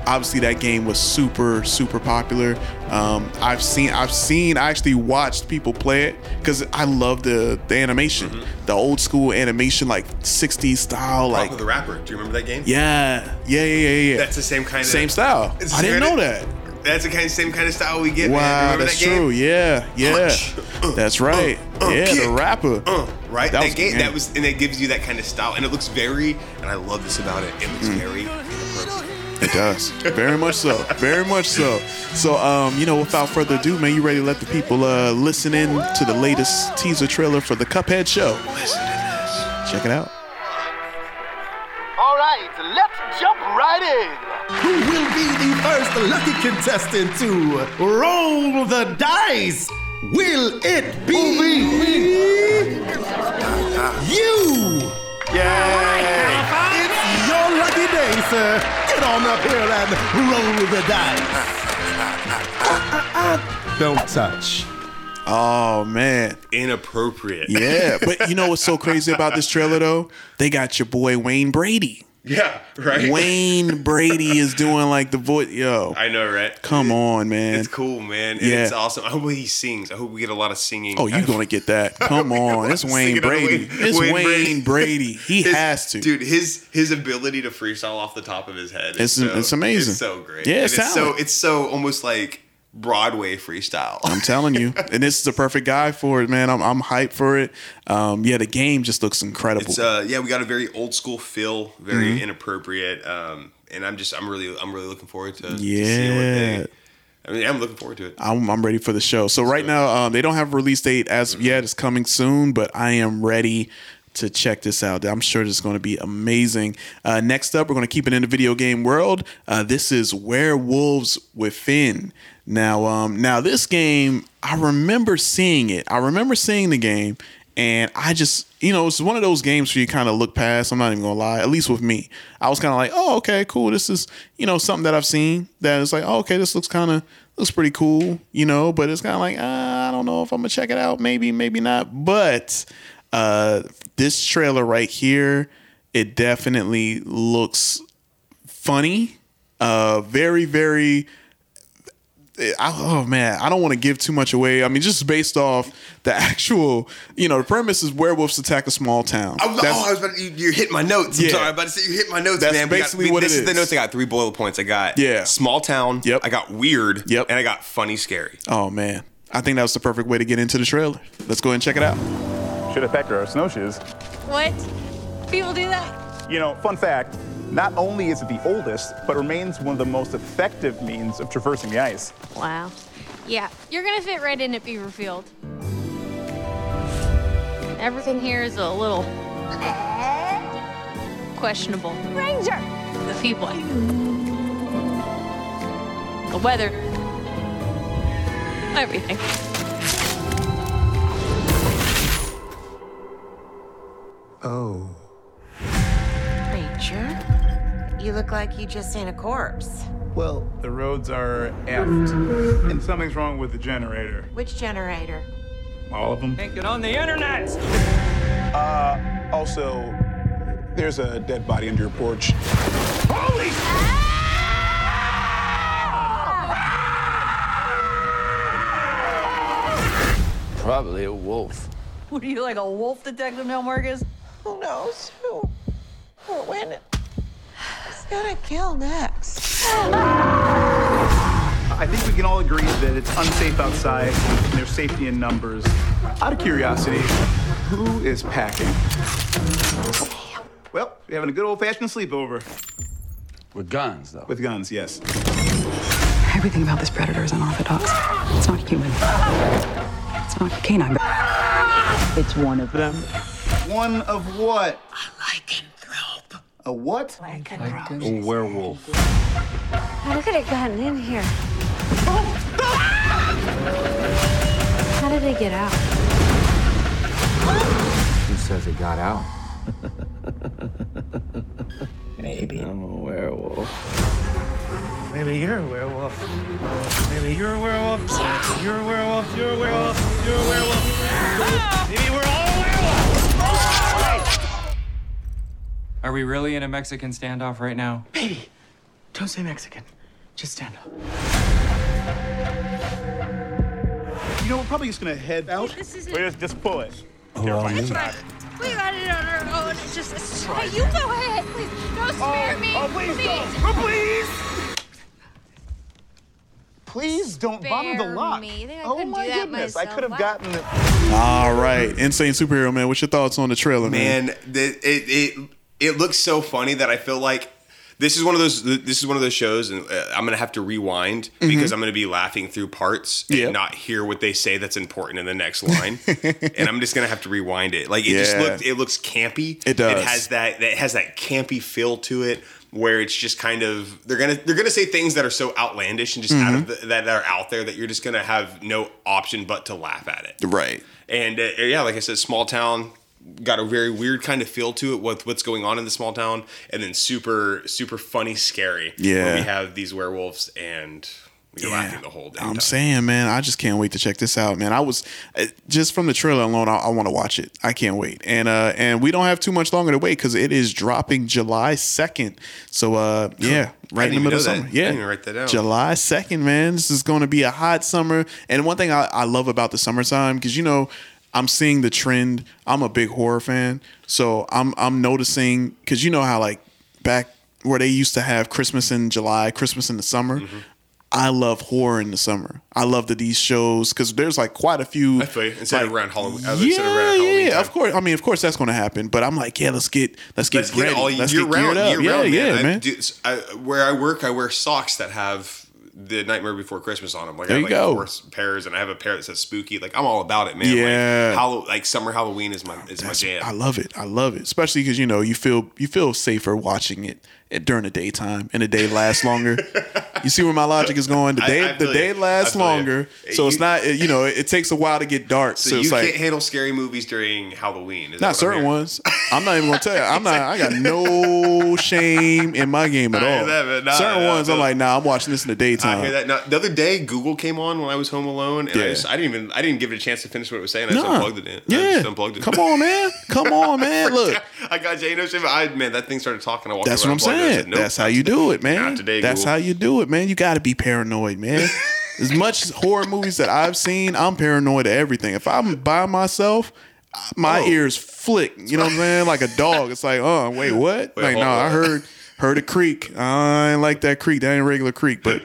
obviously that game was super super popular um, i've seen i've seen i actually watched people play it because i love the the animation the old school animation like 60s style like
Rock of Mm-hmm. the Rapper. Do you remember that game?
yeah yeah yeah yeah yeah
That's the same kind of
same style
It's
i didn't
very-
know that
That's the kind of same kind of style we get. man.
wow
Remember
that's
that game?
true yeah yeah
Punch. Uh,
that's right
uh, uh,
yeah the
kick.
rapper
Uh, right? That,
was-
game,
yeah.
that was, and it gives you that kind of style, and it looks very, and I love this about it. It
Mm.
looks very.
It does. Very much so. Very much so. So, um, you know, without further ado, man, you ready to let the people uh, listen in to the latest teaser trailer for the Cuphead show? Check it out.
All right, let's jump right in.
Who will be the first lucky contestant to roll the dice? Will it be you? It's your lucky day, sir. Get on up here and roll the (laughs) dice. Don't touch.
Oh, man.
Inappropriate.
Yeah. But you know what's so crazy about this trailer, though? They got your boy Wayne Brady.
(laughs) Yeah, right?
Wayne Brady is doing like the voice. Yo,
I know, right?
come on, man.
It's cool, man. And
Yeah.
It's awesome. I hope he sings. I hope we get a lot of singing.
Oh,
out
you're
of-
going to get that.
(laughs)
Come on. It's Wayne
Singing out of
Brady.
Wayne-
It's
Wayne
Wayne
Brady.
Brady. He
(laughs) His-
has to.
dude. His his ability to freestyle off the top of his head.
It's-
Is so,
it's amazing.
It's so great.
Yeah,
And
it's
it's so
talent.
it's so almost like Broadway freestyle. (laughs)
I'm telling you, and this is the perfect guy for it, man. I'm, I'm hyped for it. Um, yeah, the game just looks incredible.
It's uh yeah, we got a very old school feel, very inappropriate. Um, and I'm just I'm really I'm really looking forward to, to seeing what
Yeah.
they. I mean, I'm looking forward to it.
I'm, I'm ready for the show. So right now, um, they don't have a release date as of yet. It's coming soon, but I am ready to check this out. I'm sure this is going to be amazing. Uh, next up, we're going to keep it in the video game world. Uh, this is Werewolves Within. Now, um, now this game, I remember seeing it. I remember seeing the game, and I just, you know, it's one of those games where you kind of look past. I'm not even gonna lie. At least with me, I was kind of like, oh, okay, cool. This is, you know, something that I've seen that is like, oh, okay, this looks kind of looks pretty cool, you know. But it's kind of like, uh, I don't know if I'm gonna check it out. Maybe, maybe not. But uh, this trailer right here, it definitely looks funny. Uh, very, very. I, oh man, I don't want to give too much away. I mean, just based off the (laughs) actual, you know, the premise is werewolves attack a small town.
I'm,
That's-
oh, I was about to, you, you hit my notes.
Yeah.
I'm sorry, I was about to say you hit my notes,
That's
man. We got-
basically
we-
what
this
it
is. the
is.
notes. I got three boiler points. I got
Yeah.
small town.
Yep.
I got weird.
Yep.
And I got funny, scary.
oh man, I think that was the perfect way to get into the trailer. Let's go ahead and check it out.
Should have packed our snowshoes.
What? People do that?
You know, fun fact not only is it the oldest, but remains one of the most effective means of traversing the ice.
Wow. Yeah, you're gonna fit right in at Beaverfield. Everything here is a little questionable. Ranger! The people. The weather. Everything. Oh. Ranger?
You look like you just ain't a corpse.
Well, the roads are effed, and something's wrong with the generator.
Which generator?
All of them. Uh,
Get on the internet!
Also, there's a dead body under your porch.
Probably a wolf.
What are you, like a wolf detective, Mel Marcus?
Who knows who or when it's gonna kill next?
I think we can all agree that it's unsafe outside, and there's safety in numbers. Out of curiosity, who is packing? Well, we're having a good old fashioned sleepover.
With guns, though.
With guns, yes.
Everything about this predator is unorthodox. It's not human. It's not canine. It's one of them.
One of what? A what?
a werewolf.
I could have gotten in here. How did they get out?
Who says it got out?
Maybe.
I'm a werewolf.
Maybe you're a werewolf. Maybe you're a werewolf. You're a werewolf. You're a werewolf. You're a werewolf. Maybe we're all werewolves.
Are we really in a Mexican standoff right now?
Baby, don't say Mexican. Just stand up.
You know, we're probably just gonna head out.
This is
We're just, just pull it.
We got it on our own. Oh, It's just, hey, you go ahead, please. Don't spare me.
oh, please don't.
please.
Please don't bum the
Spare
lock.
me. I think I
oh
couldn't
my
do that
goodness, I
myself.
could have gotten it.
All right, insane superhero man. What's your thoughts on the trailer, Oh, man?
man th- it, it it looks so funny that i feel like this is one of those this is one of those shows and uh, i'm gonna have to rewind
Mhm.
because i'm gonna be laughing through parts and
Yep.
not hear what they say that's important in the
(laughs)
next line and i'm just gonna have to rewind it like it just
Yeah.
looked it looks campy
It does.
it has that it has that campy feel to it where it's just kind of they're gonna they're gonna say things that are so outlandish and just out of
Mm-hmm.
the, that are out there that you're just gonna have no option but to laugh at it
Right.
and uh, yeah, like I said, small town got a very weird kind of feel to it with what's going on in the small town, and then super super funny, scary.
Yeah.
where we have these werewolves and we're laughing the whole day.
I'm saying, man, I just can't wait to check this out, man. I was uh, just from the trailer alone, I, I want to watch it. I can't wait, and uh, and we don't have too much longer to wait because it is dropping July second. So,
(gasps)
uh, yeah, right in the
even
middle of
know that.
summer.
I
Yeah,
didn't even write that down.
July second, man. This is going to be a hot summer. And one thing I, I love about the summertime because you know. I'm seeing the trend. I'm a big horror fan, so I'm I'm noticing because you know how like back where they used to have Christmas in July, Christmas in the summer.
Mm-hmm.
I love horror in the summer. I love that these shows because there's like quite a few.
I feel you. instead of around Halloween, uh,
yeah,
instead of around
yeah,
Halloween
yeah,
time.
Of course, I mean, of course, that's going to happen. But I'm like, yeah, let's get let's get
Let's get
ready.
it all
let's
year
get geared
round. Year
up. yeah,
round,
yeah,
man. I-
man.
dude, s- I, where I work, I wear socks that have the Nightmare Before Christmas on them. Like
There
I
you
have
go.
like four s- pairs, and I have a pair that says spooky. Like I'm all about it, man.
Yeah.
Like, Hallow- like summer Halloween is my is my jam.
I love it. I love it, especially because you know you feel you feel safer watching it at- during the daytime, and the day lasts longer. you see where my logic is going? The
I-
day
I
the
feel
day
you.
lasts
I feel you.
longer, so it's
You-
not eh, you know it, it takes a while to get dark.
So,
So,
you
it's like
can't handle scary movies during Halloween. is that
Not
what I'm
certain
hearing?
ones. I'm not even gonna tell you. I'm not. I got
(laughs)
no shame in my game at
I hear
all.
that, man. Nah,
certain
nah,
ones, I'm
nah.
like, nah. I'm watching this in the daytime.
I hear that. Now, the other day, Google came on when I was home alone, and I,
Yeah.
just, I didn't even I didn't give it a chance to finish what it was saying. I just
Nah.
unplugged it. In. I
Yeah.
just unplugged it.
Come
(laughs)
on, man. Come on, man. Look,
I got Jane Ocean. but I man, that thing started talking. I walked
that's
over,
what I'm
unplugged it, I
saying.
said, nope,
that's how you do it, man.
Not today,
that's
Google.
how you do it, man. You got to be paranoid,
(laughs)
man. as much horror movies that I've seen, I'm paranoid of everything. If I'm by myself.
Oh.
My ears flick, you know what I'm saying? Like a dog. It's like, oh, wait, what?
Wait,
like, no,
hold
I
on.
heard heard a creek. I ain't like that creek. That ain't regular creek.
(laughs)
But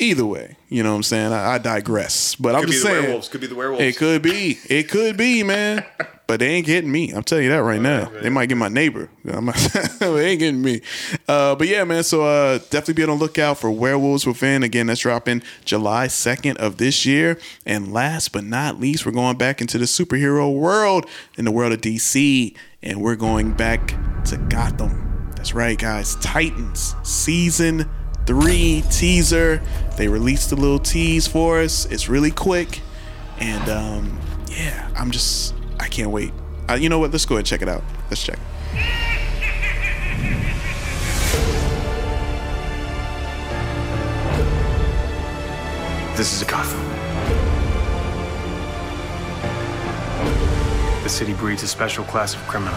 either way, you know what I'm saying? I, I digress. But I'm
Could be
just
the
saying,
werewolves. Could be the werewolves.
It could be. It could be, man. But they ain't getting me. I'm telling you that right now. They might get my neighbor. I'm not- (laughs) they ain't getting me. Uh, but yeah, man. So uh, definitely be on the lookout for Werewolves Within. Again, that's dropping July 2nd of this year. And last but not least, we're going back into the superhero world in the world of DC. And we're going back to Gotham. That's right, guys. Titans season three teaser. They released a little tease for us. It's really quick. And um, yeah, I'm just, I can't wait. Uh, you know what? Let's go ahead and check it out. Let's check.
This is a Gotham. The city breeds a special class of criminal.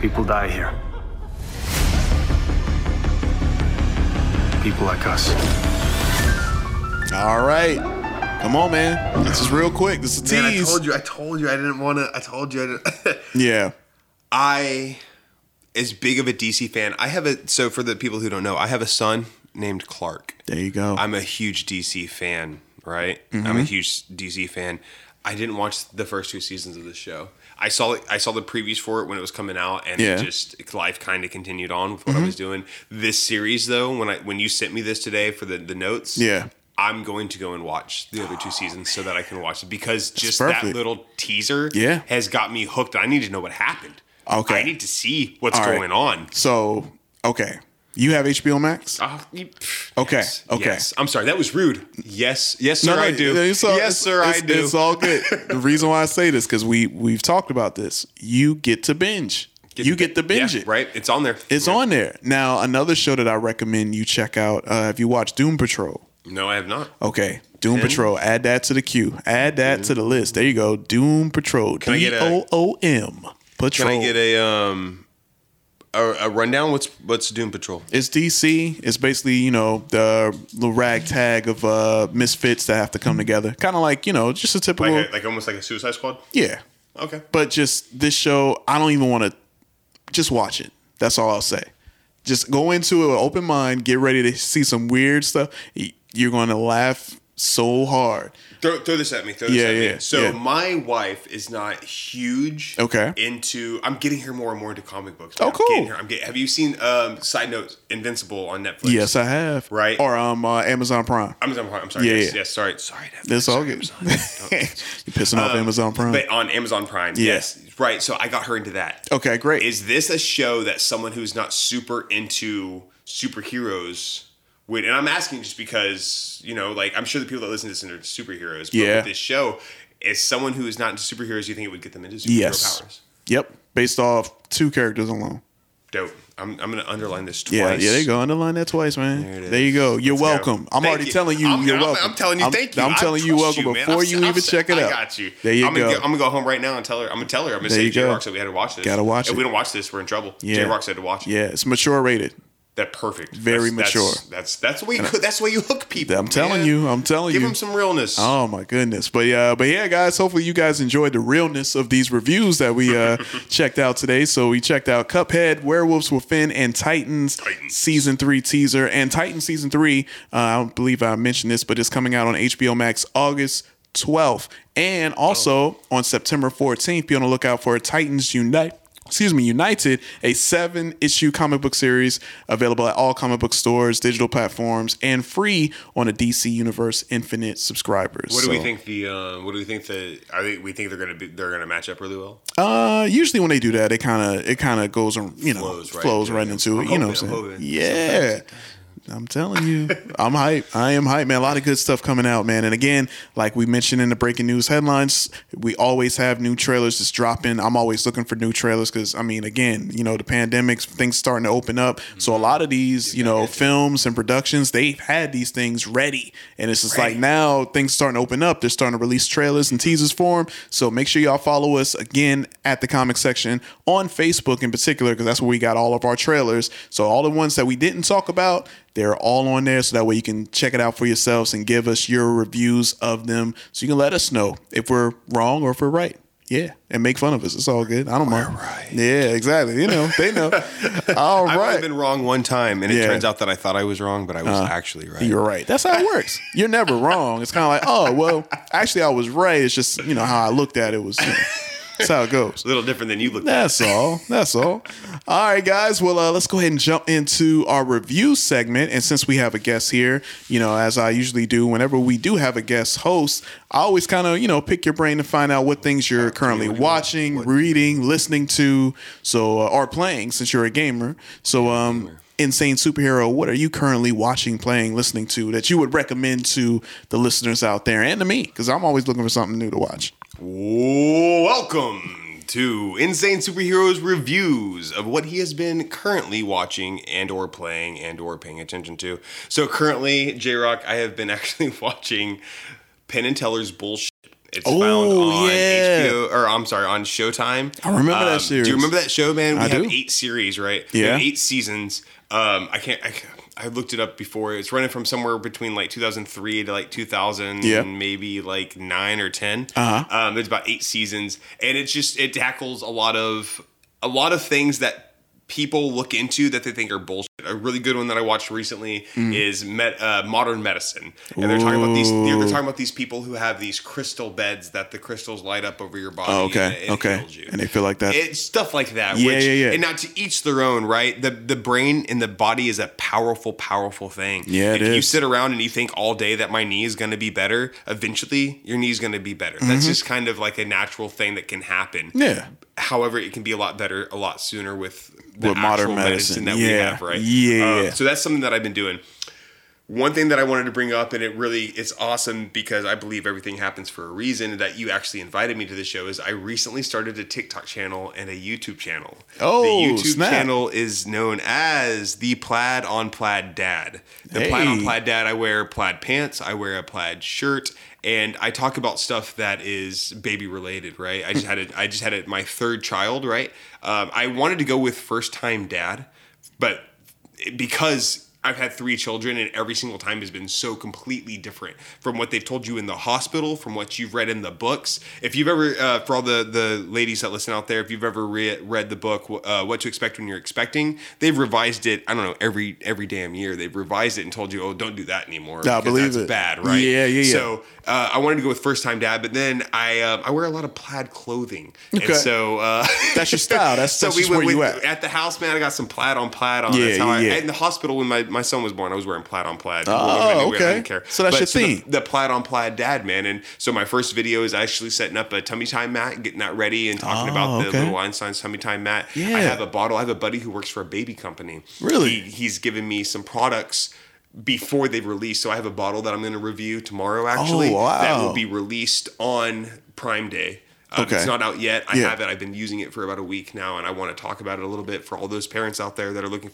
People die here. People like us.
All right. Come on, man. This is real quick. This is a
Man, I
tease.
told you. I told you. I didn't want to. I told you. I didn't. (laughs)
yeah.
I, as big of a DC fan, I have a. So for the people who don't know, I have a son named Clark.
There you go.
I'm a huge DC fan, right? I'm a
Mhm.
huge DC fan. I didn't watch the first two seasons of the show. I saw it, I saw the previews for it when it was coming out, and
Yeah.
it just life kind of continued on with what I
Mhm.
was doing. This series, though, when I when you sent me this today for the the notes,
Yeah.
I'm going to go and watch the other two seasons so that I can watch it because just
perfect.
that little teaser
Yeah.
has got me hooked. I need to know what happened.
Okay.
I need to see what's
All right.
going on.
So, okay. You have HBO Max?
Uh,
okay. okay.
Yes. I'm sorry. That was rude. Yes. Yes, sir.
No, no,
I do.
it's all-
yes, sir. I
it's-
do.
It's all
(laughs)
good. the reason why I say this because we we've talked about this. You get to binge. you get to binge it.
Right. It's on there.
It's on there now. Another show that I recommend you check out uh, if you watch Doom Patrol.
No, I have not.
Okay, Doom
Okay.
Patrol. Add that to the queue. Add that to the list. There you go. Doom Patrol.
Can I
D
get a-
O O M. Patrol.
Can I get a um a, a rundown? What's what's Doom Patrol?
It's DC. It's basically you know the little ragtag of uh, misfits that have to come together. Kind of like you know just a typical.
Like, a, like almost like a Suicide Squad.
yeah.
Okay.
But just this show, I don't even want to. Just watch it. That's all I'll say. Just go into it with an open mind. Get ready to see some weird stuff. Y- You're going to laugh so hard.
Throw, throw this at me. Throw this
Yeah,
at me.
yeah,
So
yeah.
my wife is not huge.
Okay.
Into I'm getting her more and more into comic books.
Oh,
I'm
cool.
Getting her, I'm getting. Have you seen um side note Invincible on Netflix?
Yes, I have.
Right.
Or um uh, Amazon Prime.
I'm, I'm, I'm sorry.
Yeah,
yes,
yeah.
yes. Sorry. Sorry.
That's all good. (laughs) You're pissing off
Um,
Amazon Prime.
But on Amazon Prime.
Yeah.
Yes. Right. So I got her into that.
okay, great.
Is this a show that someone who's not super into superheroes would? And I'm asking just because you know, like I'm sure the people that listen to this are superheroes. But
Yeah.
With this show, is someone who is not into superheroes, you think it would get them into superhero
yes.
powers?
Yep. Based off two characters alone.
Dope. I'm, I'm gonna underline this twice.
Yeah, yeah, there you go. Underline that twice, man. There, you go. You're welcome. I'm
Thank
already
you.
telling you,
I'm-
you're
I'm-
welcome.
I'm telling you, thank you.
I'm
I
telling you,
trust
welcome
man.
before
I'm-
you
I'm-
even check it out.
I got you.
There you
I'm
go.
Gonna go. I'm gonna go home right now and tell her. I'm gonna tell her. I'm gonna
There
say
you
J
go.
Rock said we had to watch this.
Gotta watch
If
it.
we don't watch this, we're in trouble.
Yeah.
J Rock said to watch it.
yeah, it's mature rated.
That perfect.
Very
That's-
mature.
That's that's, that's the way you
And I-
(laughs) that's the way you hook people.
I'm telling you. I'm telling
Give
you.
them some realness.
Oh my goodness. But yeah, but yeah, guys, hopefully you guys enjoyed the realness of these reviews that we (laughs) uh checked out today. So we checked out Cuphead, Werewolves Within, and Titans, season three teaser. And Titans season three, uh, I don't believe I mentioned this, but it's coming out on HBO Max August 12th. And also on September 14th, be on the lookout for Titans Unite. Excuse me, United, a seven issue comic book series available at all comic book stores, digital platforms, and free on a DC Universe Infinite subscribers.
What do we
So-
think the uh, what do we think the I think we think they're gonna be they're gonna match up really well?
Uh, usually when they do that, it kind of it kind of goes on, you know,
Flows
flows
right
right,
into
into
it. I'm
it. You know what
hoping,
I'm
I'm
saying?
hoping.
Yeah. I'm telling you, I'm hype. I am hype, man. A lot of good stuff coming out, man. And again, like we mentioned in the breaking news headlines, we always have new trailers that's dropping. I'm always looking for new trailers because, I mean, again, you know, the pandemics, things starting to open up. So a lot of these, you know, films and productions, they've had these things ready. And it's just like now things starting to open up. They're starting to release trailers and teasers for them. So make sure y'all follow us again at the comic section on Facebook in particular, because that's where we got all of our trailers. So all the ones that we didn't talk about, they're all on there. So that way you can check it out for yourselves and give us your reviews of them. So you can let us know if we're wrong or if we're right. Yeah, and make fun of us. It's all good. I don't mind. Yeah, exactly. You know, they
(laughs)
know. all
I've only
right.
been wrong one time, and it
Yeah. Uh-huh.
turns out that I thought I was wrong, but I was actually right.
You're right. That's how it works. You're never wrong. It's kind of like, oh, well, actually, I was right. It's just, you know, how I looked at it was, you know, that's how it goes.
A little different than you look.
That's all. That's all. All right, guys. Well, uh, let's go ahead and jump into our review segment. And since we have a guest here, you know, as I usually do, whenever we do have a guest host, I always kind of, you know, pick your brain to find out what things you're currently watching, reading, listening to, so uh, or playing since you're a gamer. So, um, insane superhero, what are you currently watching, playing, listening to that you would recommend to the listeners out there and to me? Because I'm always looking for something new to watch.
Welcome to Insane Superheroes reviews of what he has been currently watching and or playing and or paying attention to. So currently, J Rock, I have been (laughs) actually watching Penn and Teller's bullshit. It's
Oh,
found on
yeah.
HBO, or I'm sorry, on Showtime. Um,
I remember that
Do
series.
you remember that show, man? We
I
have
do.
eight series, right? We have
Yeah.
eight seasons. Um, I can't. I, can't- I looked it up before. It's running from somewhere between like 2003 to like 2000,
Yeah.
maybe like nine or ten.
Uh-huh.
Um, there's about eight seasons, and it's just it tackles a lot of a lot of things that people look into that they think are bullshit. A really good one that I watched recently
Mm.
is met, uh, modern medicine, and they're talking about these. They're, they're
Ooh.
talking about these people who have these crystal beds that the crystals light up over your body.
Oh,
and
okay.
it
okay. And they feel like that.
it's stuff like that.
Yeah,
which,
yeah, yeah.
And now to each their own, right? The the brain and the body is a powerful, powerful thing.
Yeah,
if
it
you
is.
sit around and you think all day that my knee is going to be better, eventually your knee's going to be better. That's
Mhm.
just kind of like a natural thing that can happen.
yeah.
However, it can be a lot better, a lot sooner with
With modern
actual
medicine,
that we
yeah,
have, right? Um,
yeah.
so that's something that I've been doing. One thing that I wanted to bring up, and it really it's awesome because I believe everything happens for a reason. That you actually invited me to the show is I recently started a TikTok channel and a YouTube channel.
Oh,
the YouTube
snap.
channel is known as the Plaid on Plaid Dad. The Plaid on
Hey.
Plaid Dad. I wear plaid pants. I wear a plaid shirt, and I talk about stuff that is baby related. Right. I just had it. I just had it. My third child. Right. Um, I wanted to go with first time dad, but because I've had three children and every single time has been so completely different from what they've told you in the hospital, from what you've read in the books. If you've ever, uh, for all the, the ladies that listen out there, if you've ever re- read the book, uh, What to Expect When You're Expecting, they've revised it, I don't know, every every damn year. They've revised it and told you, oh, don't do that anymore.
I
because
believe
that's
it.
bad, right?
Yeah, yeah, yeah.
So uh, I wanted to go with first time dad, but then I um, I wear a lot of plaid clothing.
Okay.
And (laughs) so uh,
That's your style. That's, that's just where
went
you
with-
at.
the house, man, I got some plaid on plaid on.
Yeah,
That's how I,
yeah.
In the hospital when my, my son was born, I was wearing plaid on plaid.
Oh,
What was I gonna do? I
okay.
didn't care.
So that's your
the-
theme.
The, plaid on plaid dad, man. And so my first video is actually setting up a tummy time mat, getting that ready, and talking
Oh,
about the
okay.
little Einstein's tummy time mat.
Yeah.
I have a bottle. I have a buddy who works for a baby company.
Really?
He, he's given me some products. Before they release, so I have a bottle that I'm going to review tomorrow. Actually, that
Oh, wow.
will be released on Prime Day. Um,
Okay.
It's not out yet. I
Yeah.
have it. I've been using it for about a week now, and I want to talk about it a little bit for all those parents out there that are looking.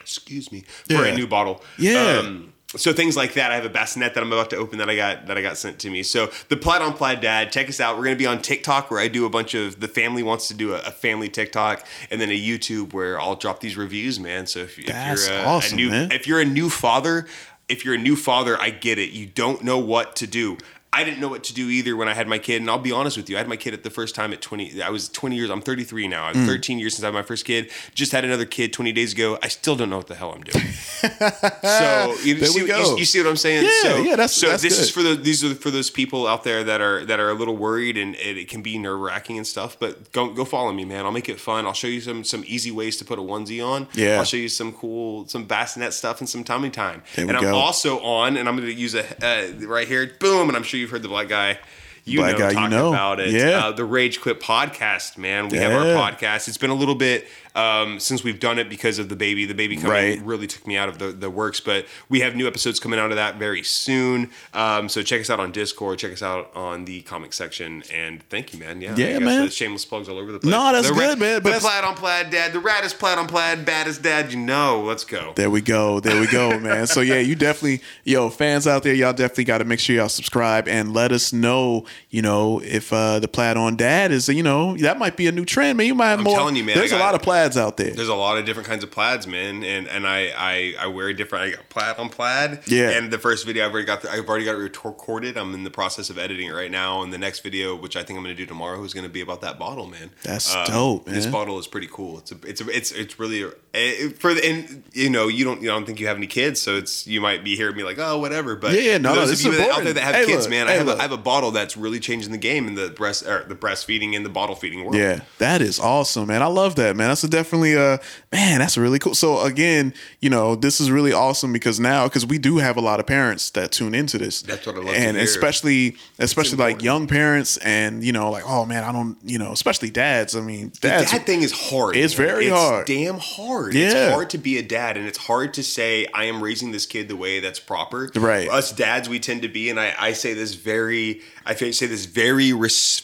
Excuse me for
Yeah.
a new bottle.
Yeah.
Um, so things like that. I have a bassinet that I'm about to open that I got that I got sent to me. So the plaid on plaid dad. Check us out. We're gonna be on TikTok where I do a bunch of the family wants to do a, a family TikTok, and then a YouTube where I'll drop these reviews, man. So if, if
That's
you're a,
awesome,
a new
man.
if you're a new father, if you're a new father, I get it. You don't know what to do. I didn't know what to do either when I had my kid, and I'll be honest with you. I had my kid at the first time at 20. I was 20 years. I'm 33 now. I'm
Mm.
13 years since I had my first kid. Just had another kid 20 days ago. I still don't know what the hell I'm doing. so you,
Ah, There
see,
we
what-
go.
You, you see what I'm saying?
Yeah,
so,
yeah, that's-
so
that's
this is
good.
for the these are for those people out there that are that are a little worried and it, it can be nerve wracking and stuff. But go go follow me, man. I'll make it fun. I'll show you some some easy ways to put a onesie on.
Yeah.
I'll show you some cool some bassinet stuff and some tummy time.
There we
and I'm
go.
also on, and I'm going to use a uh, right here. Boom, and I'm sure you've heard the black guy. You
Black
know,
guy, you
talking
know.
about it.
Yeah.
Uh, the Rage Quit podcast, man. We have our
Yeah.
podcast. It's been a little bit um, since we've done it because of the baby. The baby coming
Right.
really took me out of the, the works, but we have new episodes coming out of that very soon. Um, so check us out on Discord. Check us out on the comic section. And thank you, man. Yeah,
Yeah,
I guess
man.
that's Shameless plugs all over the place.
No, that's
The
good, man, but
The
that's-
plaid on plaid dad. The raddest plaid on plaid. Baddest dad you know. Let's go.
There we go. There we
(laughs)
go, man. So yeah, you definitely, yo, fans out there, y'all definitely got to make sure y'all subscribe and let us know, you know, if uh the plaid on dad is, you know, that might be a new trend, man. You might have
I'm
more.
telling you, man,
There's
I
a
got-
lot of plaids out there.
There's a lot of different kinds of plaids, man, and and I I, I wear different. I got plaid on plaid.
Yeah.
And the first video I've already got. The, I've already got it retor- recorded. I'm in the process of editing it right now. And the next video, which I think I'm going to do tomorrow, is going to be about that bottle, man. Um,
That's dope,
This
man.
bottle is pretty cool. It's a it's a, it's it's really a, eh, for the and you know you don't you don't think you have any kids, so it's you might be hearing me like oh whatever, but
Yeah, yeah, no,
for
no,
those
this
of
is
you that- out there
important.
that have
Hey,
kids,
look,
man, I
hey,
have a,
look.
I have a bottle that's really changing the game in the breast or the breastfeeding and the bottle feeding world.
Yeah, that is awesome, man. I love that, man. That's a definitely uh man, that's really cool. So again, you know, this is really awesome because now because we do have a lot of parents that tune into this.
That's what I love to
And
hear.
especially especially like young parents and you know, like, oh man, I don't you know, especially dads. I mean
The
dads
dad thing is hard.
It's
man.
very
it's
hard.
Damn hard.
Yeah.
It's hard to be a dad, and it's hard to say I am raising this kid the way that's proper.
Right.
Us dads, we tend to be, and I, I say this very, I feel- say this very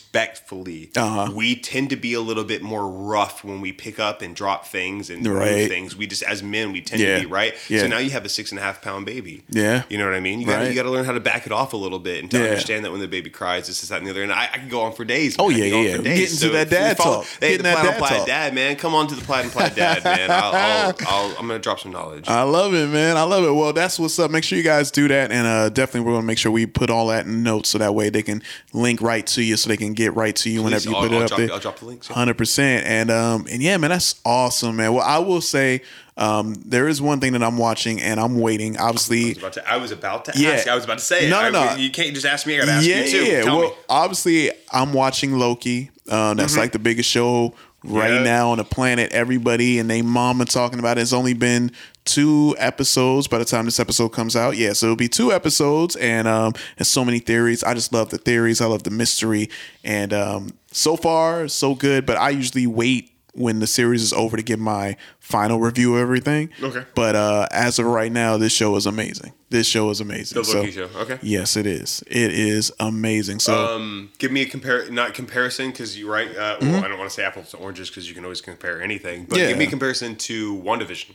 respectfully.
Uh-huh.
We tend to be a little bit more rough when we pick up and drop things and move
Right.
things. We just, as men, we tend
Yeah.
to be right.
Yeah.
So now you have a six and a half pound baby.
Yeah.
You know what I mean? You got
Right.
to learn how to back it off a little bit and to
Yeah.
understand that when the baby cries, this is that and the other. And I, I can go on for days.
Oh,
man. I
yeah,
could go on
yeah,
for
yeah.
days.
Getting to that
if we
dad
follow-
talk.
Hey,
Getting
the
that
plaid on
dad
plaid
talk.
dad, man. Come on to the plaid and plaid dad, man. I'll,
(laughs)
I'll, I'll, I'm gonna drop some knowledge.
I love it, man. I love it. Well, that's what's up. Make sure you guys do that, and uh, definitely we're gonna make sure we put all that in notes so that way they can link right to you, so they can get right to you whenever you
I'll-
put
I'll
it up
drop-
there.
I'll drop the links, yeah.
Hundred percent, and um, and yeah, man, that's awesome, man. Well, I will say, um, there is one thing that I'm watching, and I'm waiting. Obviously,
About to- I was about to
Yeah.
ask. I was about to say.
No,
I-
no.
You can't just ask me. I gotta ask you too. Tell
well,
me.
obviously, I'm watching Loki. Um, that's
Mhm.
like the biggest show right
Yeah.
now on the planet. Everybody and they mama talking about it. It's only been two episodes by the time this episode comes out. Yeah, so it'll be two episodes, and um, there's so many theories. I just love the theories. I love the mystery, and um, so far so good. But I usually wait when the series is over to give my final review of everything.
Okay.
But uh, as of right now, this show is amazing. This show is amazing.
The Loki show, okay.
Yes, it is. It is amazing. So
um, give me a compare, not comparison, because you're right. Uh, well,
Mhm.
I don't want to say apples to oranges because you can always compare anything. But
Yeah.
give me a comparison to WandaVision.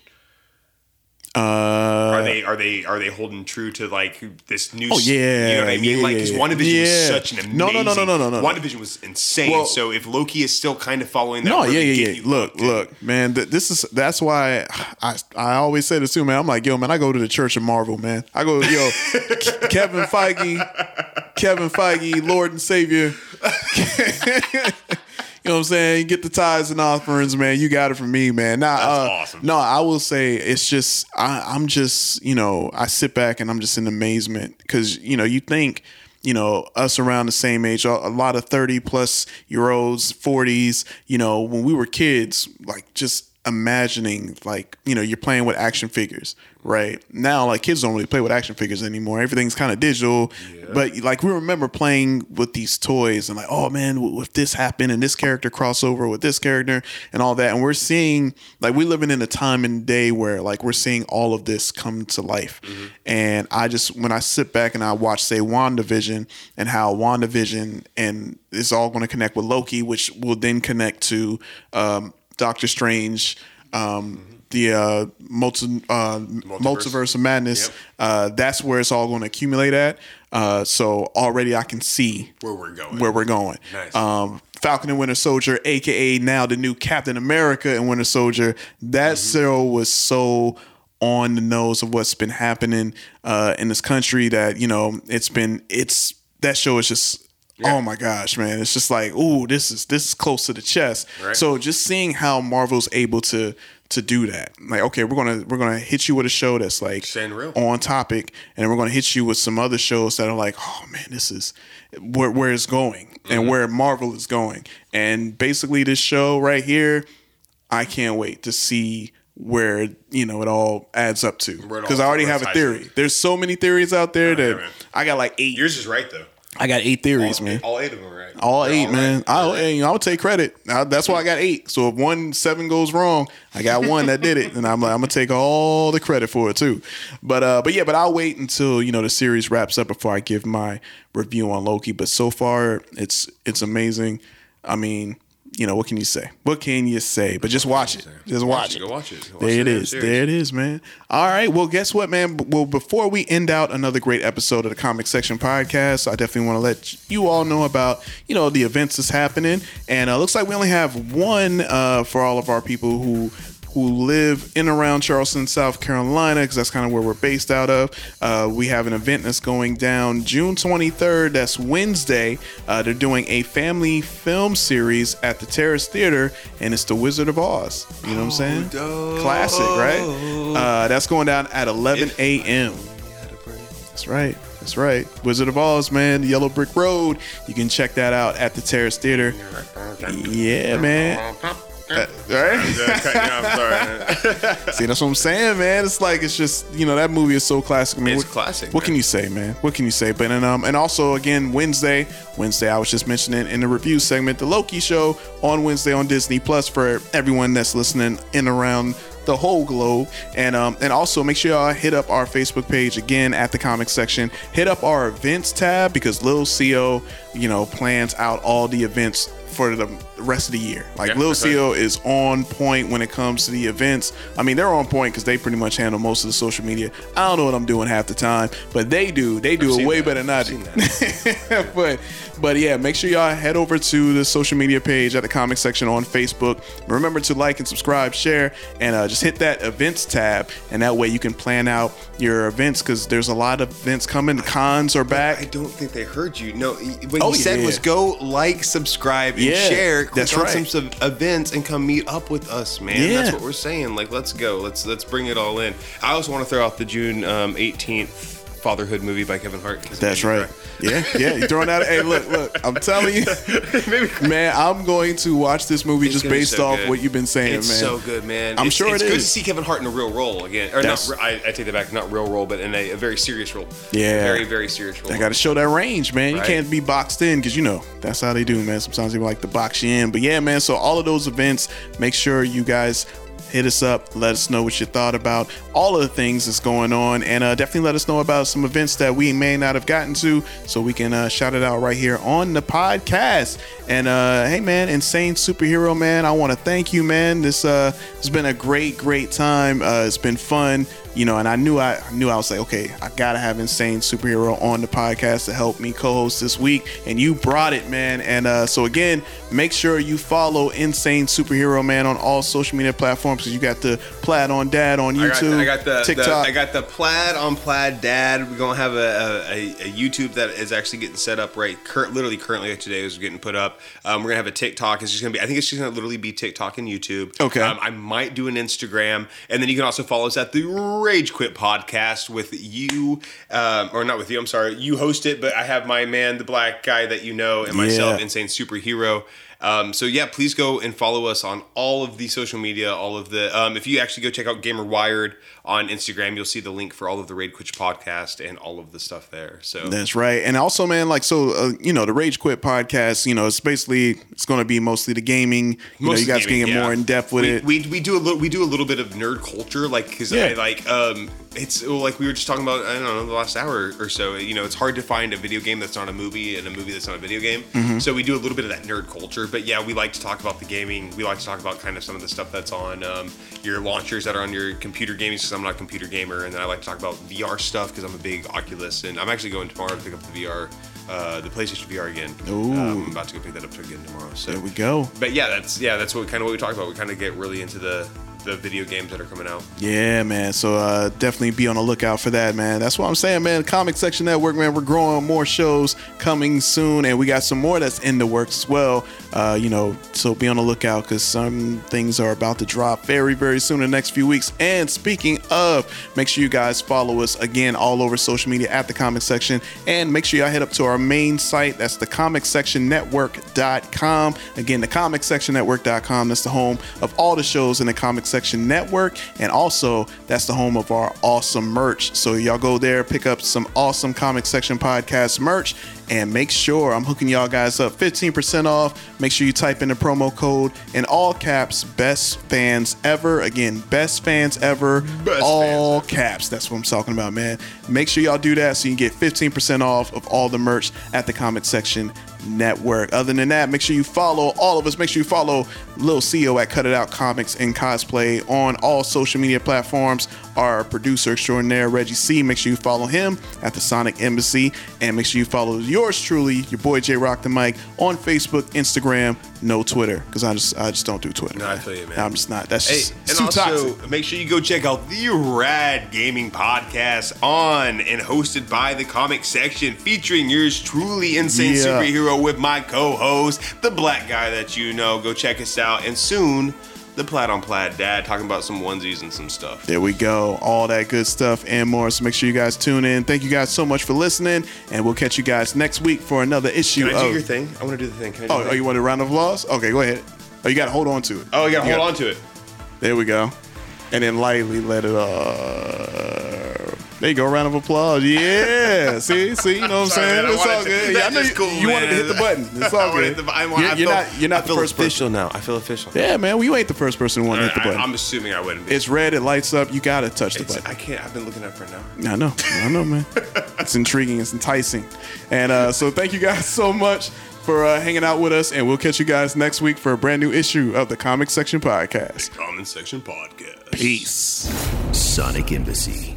uh,
are they are they are they holding true to like this new?
Oh,
s-
yeah,
you know what I mean.
yeah,
like
yeah,
because
yeah.
WandaVision was
Yeah.
such an amazing.
No, no, no, no, no, no, no.
WandaVision was insane.
Well-
so if Loki is still kind of following that,
No,
really
yeah, yeah,
gimmick,
yeah. Look, look, man. Th- this is that's why I I always say this too, man. I'm like, yo, man. I go to the Church of Marvel, man. I go, yo, Ke- Kevin Feige, Kevin Feige, Lord and Savior. You know what I'm saying? You get the tithes and offerings, man. You got it from me, man. Nah, uh, No, I will say it's just I, I'm just you know I sit back and I'm just in amazement because you know you think you know us around the same age, a a lot of 30 plus year olds, 40s. You know when we were kids, like just imagining like you know you're playing with action figures right now like kids don't really play with action figures anymore everything's kind of digital but like we remember playing with these toys and like oh man w- if this happened and this character crossover with this character and all that and we're seeing like we're living in a time and day where like we're seeing all of this come to life and i just when i sit back and i watch say wandavision and how wandavision and it's all going to connect with loki which will then connect to um Doctor Strange, um, the uh, multi, uh, multiverse. of Madness. Uh, that's where it's all going to accumulate at. Uh, so already I can see
where we're going.
Where we're going.
Nice.
Um, Falcon and Winter Soldier, aka now the new Captain America and Winter Soldier. That
Mm-hmm.
show was so on the nose of what's been happening uh, in this country that you know it's been it's that show is just oh my gosh man it's just like ooh this is this is close to the chest
Right.
so just seeing how Marvel's able to to do that like okay we're gonna we're gonna hit you with a show that's like on topic and then we're gonna hit you with some other shows that are like oh man this is where where it's going
Mm-hmm.
and where Marvel is going and basically this show right here I can't wait to see where you know it all adds up to
it all-
because I already
where
have
it's
a
high
theory there's so many theories out there that I got like eight
Yours is right though.
I got eight theories man
All eight of them are right.
all eight, man. I'll, hey, you know, I'll take credit. I, that's why I got eight. So if one seven goes wrong, I got one that did it, and I'm like, I'm gonna take all the credit for it too. But uh, but yeah, but I'll wait until you know the series wraps up before I give my review on Loki. But so far, it's it's amazing. I mean, you know, what can you say? What can you say? But just watch it. Just watch it.
Go watch it. Watch
There it
the
is.
series.
There it is, man. All right. Well, guess what, man? B- Well, before we end out another great episode of the Comic Section Podcast, I definitely want to let you all know about you know the events that's happening, and uh, looks like we only have one uh, for all of our people who who live in and around Charleston, South Carolina, because that's kind of where we're based out of. Uh, we have an event that's going down June 23rd. That's Wednesday. Uh, they're doing a family film series at the Terrace Theater, and it's The Wizard of Oz. You know what I'm saying? Classic, right? Uh, that's going down at 11 a.m. That's right. That's right. Wizard of Oz, man. The Yellow Brick Road. You can check that out at the Terrace Theater.
(laughs)
Yeah, man. Uh,
Yeah, cut- yeah, I'm sorry.
See, that's what I'm saying, man. It's like it's just you know that movie is so classic. I mean,
It's
what,
classic,
What can you say, man? What can you say? But and um and also again Wednesday, Wednesday I was just mentioning in the review segment the Loki show on Wednesday on Disney Plus for everyone that's listening in around the whole globe and um and also make sure y'all hit up our Facebook page again at the comic section. Hit up our events tab because Lil Co you know plans out all the events for the rest of the year. Like Lil
that's right.
Co is on point when it comes to the events. I mean, they're on point because they pretty much handle most of the social media. I don't know what I'm doing half the time, but they do. They do it way better than I do. (laughs) but but yeah, make sure y'all head over to the social media page at the comic section on Facebook. Remember to like and subscribe, share, and uh, just hit that events tab, and that way you can plan out your events because there's a lot of events coming. The cons are back.
I don't think they heard you. No, what
Oh,
you said
yeah.
was go like, subscribe, and
Yeah,
share. Click
that's
on
right.
some sub- events and come meet up with us, man.
Yeah.
That's what we're saying. Like, let's go. Let's let's bring it all in. I also want to throw out the June um, 18th fatherhood movie by Kevin Hart.
That's right. Yeah, yeah. You're throwing out. hey, look, look. I'm telling
(laughs)
you, man. I'm going to watch this movie
It's
just
gonna be
based
so
off
good.
what you've been saying,
it's
man.
so good, man.
I'm
it's,
sure
it's
it
good
is.
to see Kevin Hart in a real role again. Or
That's-
not? re- I, I take that back. Not real role, but in a, a very serious role.
Yeah.
very very serious role.
They got to show that range, man. You
Right.
can't be boxed in because you know that's how they do, man. Sometimes they like to box you in, but yeah, man. So all of those events, make sure you guys hit us up. Let us know what you thought about all of the things that's going on, and uh, definitely let us know about some events that we may not have gotten to, so we can uh, shout it out right here on the podcast. And uh, hey, man, insane superhero man, I want to thank you, man. This uh, has been a great, great time. Uh, it's been fun you know, and I knew I, I knew I was like, okay, I gotta have insane superhero on the podcast to help me co-host this week, and you brought it, man. And uh, so again, make sure you follow insane superhero man on all social media platforms because you got the plaid on dad on
I got,
YouTube,
I got the, the-
TikTok.
I got the plaid on plaid dad. We're gonna have a, a, a YouTube that is actually getting set up right. Cur- literally currently today is getting put up. Um, we're gonna have a TikTok. It's just gonna be. I think it's just gonna literally be TikTok and YouTube.
Okay.
Um, I might do an Instagram, and then you can also follow us at the Rage Quit Podcast with you, um, or not with you. I'm sorry, you host it, but I have my man, the black guy that you know, and myself,
Yeah.
insane superhero. Um, so yeah, please go and follow us on all of the social media, all of the. Um, if you actually go check out Gamer Wired on Instagram, you'll see the link for all of the Raid Quitch podcast and all of the stuff there. So
That's right. And also, man, like so, uh, you know, the Rage Quit podcast, you know, it's basically it's going to be mostly the gaming. You know,
Most
you guys
gaming,
can get
yeah.
more in depth with
we,
it.
We, we do a little we do a little bit of nerd culture, like because
Yeah.
I like um it's well, like we were just talking about I don't know the last hour or so. You know, it's hard to find a video game that's not a movie and a movie that's not a video game.
Mhm.
So we do a little bit of that nerd culture. But yeah, we like to talk about the gaming. We like to talk about kind of some of the stuff that's on um, your launchers that are on your computer games because I'm not a computer gamer, and then I like to talk about VR stuff because I'm a big Oculus and I'm actually going tomorrow to pick up the VR. Uh, the PlayStation VR again.
Ooh.
Um, I'm about to go pick that up again tomorrow. So
There we go.
but yeah, that's yeah, that's what kind of what we talk about. We kind of get really into the the video games that are coming out.
Yeah, man. So uh, definitely be on the lookout for that, man. That's what I'm saying, man. Comic Section Network, man. We're growing more shows coming soon, and we got some more that's in the works as well. Uh, you know, so be on the lookout because some things are about to drop very, very soon in the next few weeks. And speaking of, make sure you guys follow us again all over social media at the Comic Section, and make sure y'all head up to our main site. That's the Comic Section Network.com. Again, the Comic Section Network.com. That's the home of all the shows in the Comic Section Network. And also, that's the home of our awesome merch. So, y'all go there, pick up some awesome Comic Section Podcast merch, and make sure I'm hooking y'all guys up 15% off. Make sure you type in the promo code in all caps, best fans ever. Again, best fans ever. all caps. That's what I'm talking about, man. Make sure y'all do that so you can get 15% off of all the merch at the Comic Section network. Other than that, make sure you follow all of us. Make sure you follow Lil CEO at Cut It Out Comics and Cosplay on all social media platforms. Our producer extraordinaire, Reggie C. Make sure you follow him at the Sonic Embassy. And make sure you follow yours truly, your boy J Rock the Mic, on Facebook, Instagram, no Twitter. Because I just I just don't do Twitter.
No, I feel you, man.
I'm just not. That's
Hey,
just it's
and
too
also
toxic.
make sure you go check out the Rad Gaming Podcast on and hosted by the Comic Section, featuring yours truly insane
Yeah.
superhero with my co-host, the black guy that you know. Go check us out, and soon the plaid on plaid dad talking about some onesies and some stuff.
There we go. All that good stuff and more. So make sure you guys tune in. Thank you guys so much for listening. And we'll catch you guys next week for another issue
Can I do
of-
your thing? I want to do the thing. Can I do
Oh,
the
oh,
thing?
you want a round of applause? Okay, go ahead. Oh, you got to hold on to it.
Oh, you gotta hold on to it.
There we go. And then lightly let it. Uh, there you go. Round of applause. Yeah. (laughs) see, see, you know what I'm
Sorry, man,
saying?
I
It's all
wanted to-
good.
(laughs)
Yeah, I
that's
know you,
just cool,
you wanted to
man.
hit the button.
(laughs)
It's
I
all
wanted
good.
to- I
you're
want- I
you're
feel-
not. You're not
I
the
feel
first
official
person.
now. I feel official.
Yeah, man. Well, you ain't the first person who wanted to hit the
I,
button.
I'm assuming I wouldn't be. (laughs)
it's red. It lights up. You gotta touch the
It's-
button.
I can't. I've been looking up for an hour.
I know, I know, man. It's intriguing, it's enticing, and uh, so thank you guys (laughs) so much for uh, hanging out with us, and we'll catch you guys next week for a brand new issue of the Comic Section Podcast.
Comment section podcast.
Peace.
Sonic Embassy.